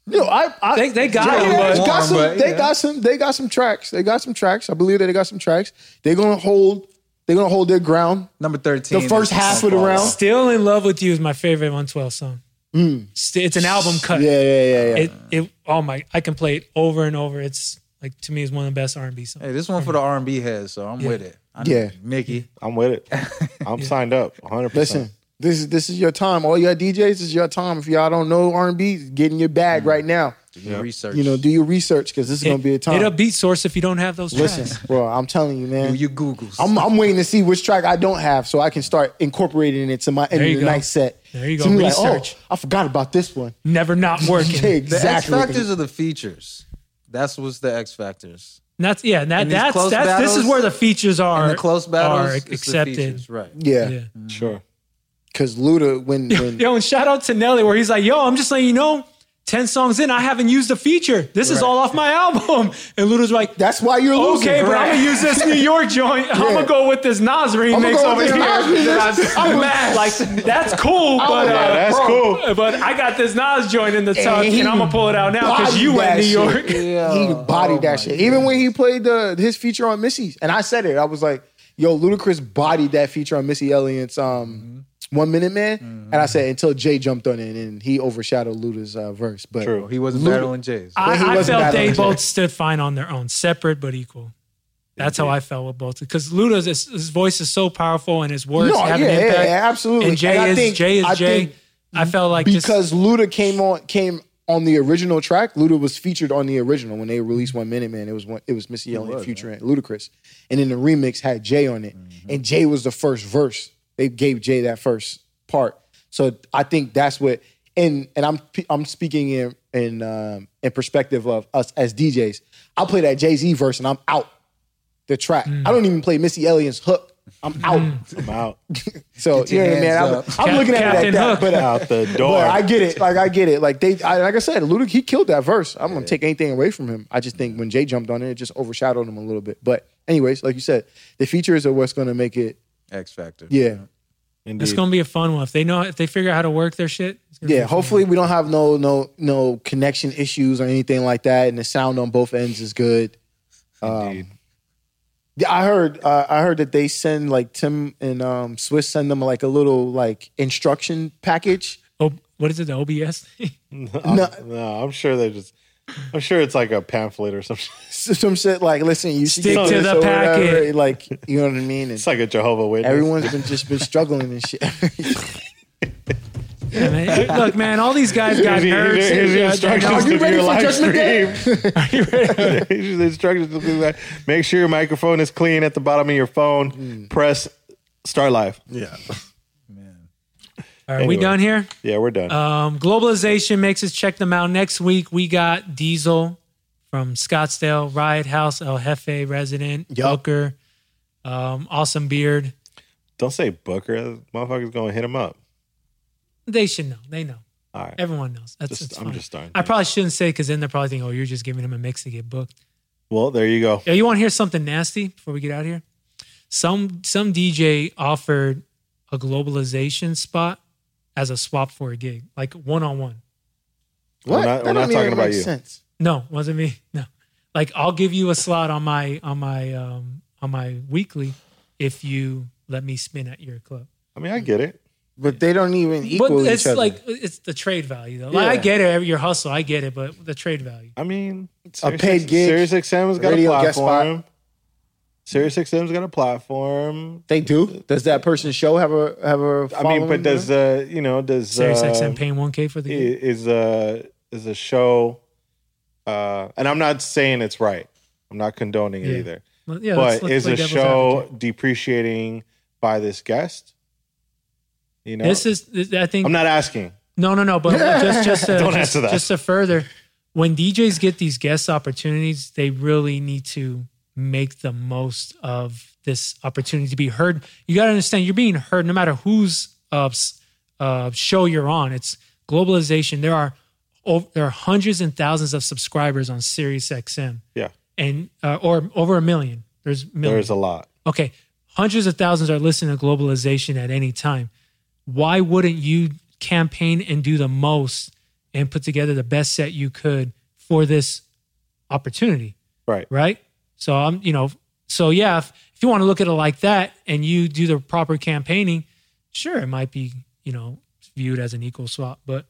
Speaker 3: No, I, I
Speaker 4: They- they got
Speaker 3: Jagged
Speaker 4: him,
Speaker 3: Edge
Speaker 2: but-
Speaker 3: got some,
Speaker 2: but,
Speaker 3: they
Speaker 2: yeah.
Speaker 3: got some they got some tracks. They got some tracks. I believe that they got some tracks. They're gonna hold they're gonna hold their ground.
Speaker 2: Number 13.
Speaker 3: The first
Speaker 2: is
Speaker 3: half of the
Speaker 2: Unfollow.
Speaker 3: round.
Speaker 4: "Still in Love with You" is my favorite 112 song. Sti- It's an album cut.
Speaker 3: Mm. Yeah, yeah, yeah, yeah.
Speaker 4: It, it, oh my, I can play it over and over. It's like to me is one of the best R&B songs.
Speaker 2: Hey, this one for the R&B heads, so I'm with it. I know-
Speaker 3: Yeah.
Speaker 2: Mickey.
Speaker 1: I'm with it. I'm signed up 100%.
Speaker 3: Listen, this is this is your time. All y'all DJs, this is your time. If y'all don't know R and B, get in your
Speaker 4: Mm.
Speaker 3: bag right now.
Speaker 2: your Research.
Speaker 3: You know, do your research because this is gonna be a time.
Speaker 4: It'll beat source if you don't have those tracks.
Speaker 3: Listen, bro, I'm telling you, man.
Speaker 2: Do your Googles.
Speaker 3: I'm, I'm waiting to see which track I don't have so I can start incorporating it to my end
Speaker 4: There
Speaker 3: of
Speaker 4: you
Speaker 3: the
Speaker 4: go.
Speaker 3: night set.
Speaker 4: There you
Speaker 3: So
Speaker 4: go,
Speaker 3: I'm
Speaker 4: research.
Speaker 3: Like, oh, I forgot about this one.
Speaker 4: Never not working.
Speaker 2: the
Speaker 3: exactly.
Speaker 2: X Factors are the features. That's what's the X Factors.
Speaker 4: And That's yeah. and That
Speaker 2: And these
Speaker 4: that's
Speaker 2: close
Speaker 4: that's this is
Speaker 2: battles-
Speaker 4: where the features are
Speaker 2: And the close battles
Speaker 4: are
Speaker 2: it's the
Speaker 4: accepted.
Speaker 2: features, right.
Speaker 3: Yeah. Mm.
Speaker 4: Yeah.
Speaker 1: Sure.
Speaker 3: Cause Luda, when when
Speaker 4: Yo, and shout out to Nelly where he's like, "Yo, I'm just letting you know, ten songs in, I haven't used a feature. This is all off my album." And Luda's like,
Speaker 3: that's why you're losing.
Speaker 4: "Okay, but
Speaker 3: Right.
Speaker 4: I'm gonna use this New York joint. I'm gonna go with this Nas remix
Speaker 3: go
Speaker 4: over
Speaker 3: with
Speaker 4: here."
Speaker 3: this Nas remix.
Speaker 4: I'm, mad. Like that's cool, but uh,
Speaker 3: Yeah,
Speaker 1: that's
Speaker 4: bro,
Speaker 1: cool.
Speaker 4: But I got this Nas joint in the tuck,
Speaker 3: he
Speaker 4: and I'm gonna pull it out now because
Speaker 3: bodied
Speaker 4: you went
Speaker 3: that
Speaker 4: New
Speaker 3: shit.
Speaker 4: York.
Speaker 3: He
Speaker 2: Yeah.
Speaker 3: bodied
Speaker 2: Oh my
Speaker 3: that shit. Even when he played the his feature on Missy's, and I said it, I was like, "Yo, Ludacris bodied that feature on Missy Elliott's um,
Speaker 2: Mm-hmm.
Speaker 3: One Minute Man," and I said until Jay jumped on it and he overshadowed Luda's uh, verse. But
Speaker 1: True.
Speaker 2: He wasn't battling Jays.
Speaker 3: But he
Speaker 4: I, I
Speaker 3: wasn't
Speaker 4: felt
Speaker 3: that
Speaker 4: they
Speaker 3: on
Speaker 4: both stood fine on their own, separate but equal. That's how I felt with both. Because Luda's his, his voice is so powerful and his words
Speaker 3: No,
Speaker 4: have
Speaker 3: yeah,
Speaker 4: an
Speaker 3: yeah,
Speaker 4: impact.
Speaker 3: yeah, absolutely.
Speaker 4: And Jay
Speaker 3: And I
Speaker 4: is
Speaker 3: think-
Speaker 4: Jay is
Speaker 3: I
Speaker 4: Jay.
Speaker 3: think
Speaker 4: I felt like just-
Speaker 3: because Luda came on came on the original track, Luda was featured on the original when they released One Minute Man. It was one, it was Missy Elliott, Future, and Ludacris, and then the remix had Jay on it, and Jay was the first verse. They gave Jay that first part, so I think that's what. And and I'm I'm speaking in in um, in perspective of us as DJs. I play that Jay Z verse and I'm out the track. I don't even play Missy Elliott's hook I'm out. I'm out. so you know what I mean?
Speaker 2: hands
Speaker 3: I'm,
Speaker 2: up.
Speaker 3: I'm
Speaker 4: Cap-
Speaker 3: looking at
Speaker 4: Captain
Speaker 3: it like
Speaker 4: Hook.
Speaker 3: that, but uh,
Speaker 1: Out the door.
Speaker 3: But I get it. Like I get it. Like they, I, like I said, Luda he killed that verse. I'm gonna take anything away from him. I just think when Jay jumped on it, it just overshadowed him a little bit. But anyways, like you said, the features are what's gonna make it.
Speaker 2: X Factor.
Speaker 3: Yeah,
Speaker 4: It's gonna be a fun one if they know if they figure out how to work their shit. It's gonna be
Speaker 3: yeah.
Speaker 4: a fun
Speaker 3: Hopefully we don't have no no no connection issues or anything like that, and the sound on both ends is good.
Speaker 1: Indeed.
Speaker 3: Yeah, I heard. Uh, I heard that they send like Tim and um, Swiss send them like a little like instruction package.
Speaker 4: one. Oh, what is it? The OBS?
Speaker 2: Uh-huh.
Speaker 1: I'm,
Speaker 3: No.
Speaker 1: no. I'm sure they just. I'm sure it's like a pamphlet or something.
Speaker 3: Some shit like, listen, you should
Speaker 4: Stick
Speaker 3: do
Speaker 4: to
Speaker 3: this
Speaker 4: the
Speaker 3: or whatever.
Speaker 4: packet.
Speaker 3: Like, you know what I mean? And
Speaker 1: It's like a Jehovah Witness.
Speaker 3: everyone's been just been struggling and shit.
Speaker 4: Yeah, man. Look, man, all these guys got
Speaker 1: Here's your,
Speaker 4: nerds.
Speaker 1: here's your- here's your
Speaker 4: Yeah, they're-
Speaker 1: instructions
Speaker 3: you
Speaker 1: to
Speaker 3: ready
Speaker 1: do your
Speaker 3: for
Speaker 1: live
Speaker 3: Judgment Day?
Speaker 1: stream. Here's your instructions to do that. Make sure your microphone is clean at the bottom of your phone. Press start live.
Speaker 3: Hmm. yeah.
Speaker 4: All right,
Speaker 1: Anyway.
Speaker 4: we done here.
Speaker 1: Yeah, we're done.
Speaker 3: Uh,
Speaker 4: Um, globalization makes us check them out next week. We got Diesel from Scottsdale, Riot House, El Jefe resident, Joker, um, Awesome Beard.
Speaker 1: Don't say Booker. Motherfucker's gonna hit him up.
Speaker 4: They should know. They know.
Speaker 1: All right.
Speaker 4: Everyone knows. That's,
Speaker 1: Just-
Speaker 4: that's
Speaker 1: I'm
Speaker 4: fine.
Speaker 1: just starting
Speaker 4: I
Speaker 1: things.
Speaker 4: probably shouldn't say because then they're probably thinking, "Oh, you're just giving him a mix to get booked."
Speaker 1: Well, there you go.
Speaker 4: Yeah, you want to hear something nasty before we get out of here? Some some DJ offered a globalization spot as a swap for a gig, like one on one.
Speaker 3: What?
Speaker 1: We're not, we're not
Speaker 3: That don't even
Speaker 1: talking about
Speaker 3: make
Speaker 1: you.
Speaker 3: Sense.
Speaker 4: No, wasn't me. No, like I'll give you a slot on my on my um on my weekly if you let me spin at your club.
Speaker 1: I mean, I get it.
Speaker 3: But they don't even
Speaker 4: But
Speaker 3: equal
Speaker 4: it's
Speaker 3: each other.
Speaker 4: like it's the trade value though. Like I
Speaker 3: Yeah.
Speaker 4: get it, your hustle, I get it, but the trade value.
Speaker 1: I mean,
Speaker 3: A paid gig,
Speaker 1: Sirius XM's got a
Speaker 3: radio guest
Speaker 1: platform. Sirius XM's got a platform.
Speaker 3: they do. Does that person's show have a have a?
Speaker 1: I mean, but does uh, you know does
Speaker 4: Serious
Speaker 1: uh,
Speaker 4: XM paying one k for the
Speaker 1: i-
Speaker 4: gig.
Speaker 1: is a is a show, uh, and I'm not saying it's right. I'm not condoning it
Speaker 4: Yeah.
Speaker 1: either.
Speaker 4: Well, Yeah,
Speaker 1: but
Speaker 4: let's
Speaker 1: is
Speaker 4: play
Speaker 1: a
Speaker 4: devil's
Speaker 1: show
Speaker 4: advocate.
Speaker 1: depreciating by this guest? You know,
Speaker 4: This is I think
Speaker 1: I'm not asking.
Speaker 4: No, no, no. But just just to,
Speaker 1: Don't
Speaker 4: just,
Speaker 1: answer that.
Speaker 4: just to further, when DJs get these guest opportunities, they really need to make the most of this opportunity to be heard. You got to understand, you're being heard no matter whose uh, s- uh, show you're on. It's globalization. There are ov- there are hundreds and thousands of subscribers on SiriusXM,
Speaker 1: Yeah,
Speaker 4: and uh, or over a million. There's millions.
Speaker 1: there's a lot.
Speaker 4: Okay, hundreds of thousands are listening to globalization at any time. Why wouldn't you campaign and do the most and put together the best set you could for this opportunity,
Speaker 1: Right.
Speaker 4: right? So I'm, you know, so yeah, if, if you want to look at it like that and you do the proper campaigning, sure, it might be, you know, viewed as an equal swap. But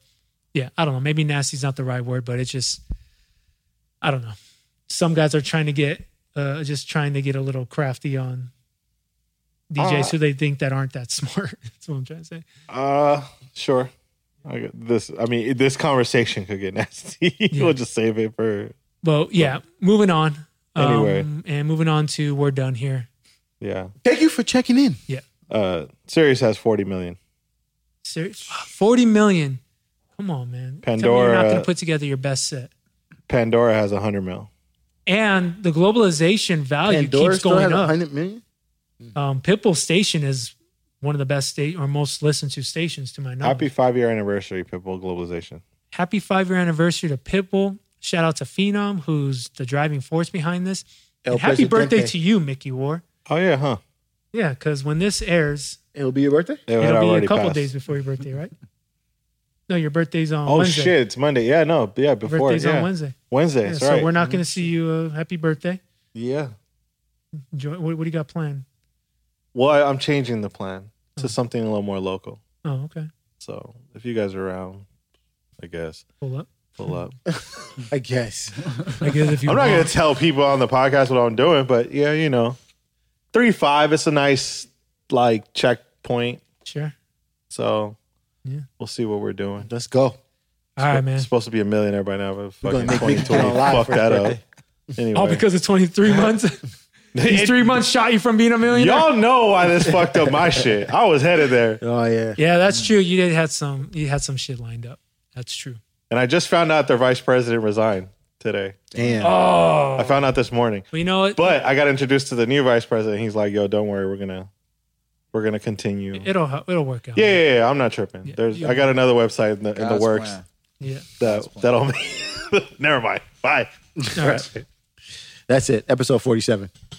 Speaker 4: yeah, I don't know. Maybe nasty's not the right word, but it's just, I don't know. Some guys are trying to get, uh, just trying to get a little crafty on DJs who they think that aren't that smart. That's what I'm trying to say.
Speaker 1: Uh, sure. I got this, I mean, this conversation could get nasty. we'll just save it for
Speaker 4: Well, yeah, moving on. Um,
Speaker 1: Anyway.
Speaker 4: and moving on to we're done here.
Speaker 1: yeah.
Speaker 3: Thank you for checking in.
Speaker 1: Uh, Sirius has 40 million.
Speaker 4: Ser- 40 million. Come on, man. Tell me You're not
Speaker 1: Pandora-
Speaker 4: going to put together your best set.
Speaker 1: Pandora has 100 mil.
Speaker 4: And the globalization value
Speaker 3: Pandora
Speaker 4: Oh, keeps
Speaker 3: still
Speaker 4: going
Speaker 3: has
Speaker 4: up.
Speaker 3: hundred million.
Speaker 4: Um, Pitbull Station is one of the best state or most listened to stations to my knowledge.
Speaker 1: Happy five year anniversary, Pitbull Globalization.
Speaker 4: happy five year anniversary to Pitbull. Shout out to Phenom, who's the driving force behind this.
Speaker 3: El
Speaker 4: And happy
Speaker 3: Presidente.
Speaker 4: birthday to you, Mickey War.
Speaker 1: Oh, yeah, huh?
Speaker 4: Yeah, because when this airs,
Speaker 3: It'll be your birthday.
Speaker 1: It had
Speaker 4: it'll be
Speaker 1: already
Speaker 4: a couple
Speaker 1: passed.
Speaker 4: days before your birthday, right? No, your birthday's on
Speaker 1: Oh,
Speaker 4: Wednesday.
Speaker 1: shit. It's Monday. Yeah, no. Yeah,
Speaker 4: Your
Speaker 1: before.
Speaker 4: birthday's
Speaker 1: Yeah.
Speaker 4: on Wednesday.
Speaker 1: Wednesday.
Speaker 4: Yeah,
Speaker 1: that's
Speaker 4: so
Speaker 1: right. Mm-hmm.
Speaker 4: we're not going to see you. Uh, happy birthday.
Speaker 1: yeah.
Speaker 4: Enjoy. What, what do you got planned?
Speaker 1: Well, I, I'm changing the plan
Speaker 4: Mm.
Speaker 1: to something a little more local.
Speaker 4: Oh, okay.
Speaker 1: So if you guys are around, I guess,
Speaker 4: Pull up.
Speaker 1: pull up.
Speaker 3: I guess.
Speaker 4: I guess if Mm. you
Speaker 1: I'm not
Speaker 4: want.
Speaker 1: going to tell people on the podcast what I'm doing, but yeah, you know, three five. It's a nice like checkpoint.
Speaker 4: Sure.
Speaker 1: So
Speaker 4: Yeah.
Speaker 1: we'll see what we're doing.
Speaker 3: Let's go.
Speaker 4: All right,
Speaker 1: It's
Speaker 4: man.
Speaker 1: supposed to be a millionaire by now, but fucking
Speaker 3: gonna make Mickey put
Speaker 1: 2020
Speaker 3: on live
Speaker 1: fucked
Speaker 3: for his
Speaker 1: that up.
Speaker 3: birthday.
Speaker 1: Anyway,
Speaker 4: All because of 23 months. These three months shot you from being a millionaire.
Speaker 1: y'all know why this fucked up my shit. I was headed there,
Speaker 3: Oh yeah.
Speaker 4: Yeah, that's true. You did had some. You had some shit lined up. That's true.
Speaker 1: and I just found out their vice president resigned today.
Speaker 3: Damn.
Speaker 4: Oh.
Speaker 1: I found out this morning,
Speaker 4: Well, you know what?
Speaker 1: but I got introduced to the new vice president. He's like, "Yo, don't worry, we're gonna We're gonna continue. Yeah,
Speaker 4: It'll hel- it'll work out.
Speaker 1: yeah, yeah, I'm not tripping. There's,
Speaker 4: you-
Speaker 1: I got another website in the, in the
Speaker 2: God's
Speaker 1: works
Speaker 2: plan.
Speaker 4: yeah.
Speaker 1: that that'll. Never mind. Bye.
Speaker 4: All right.
Speaker 3: That's it. Episode 47.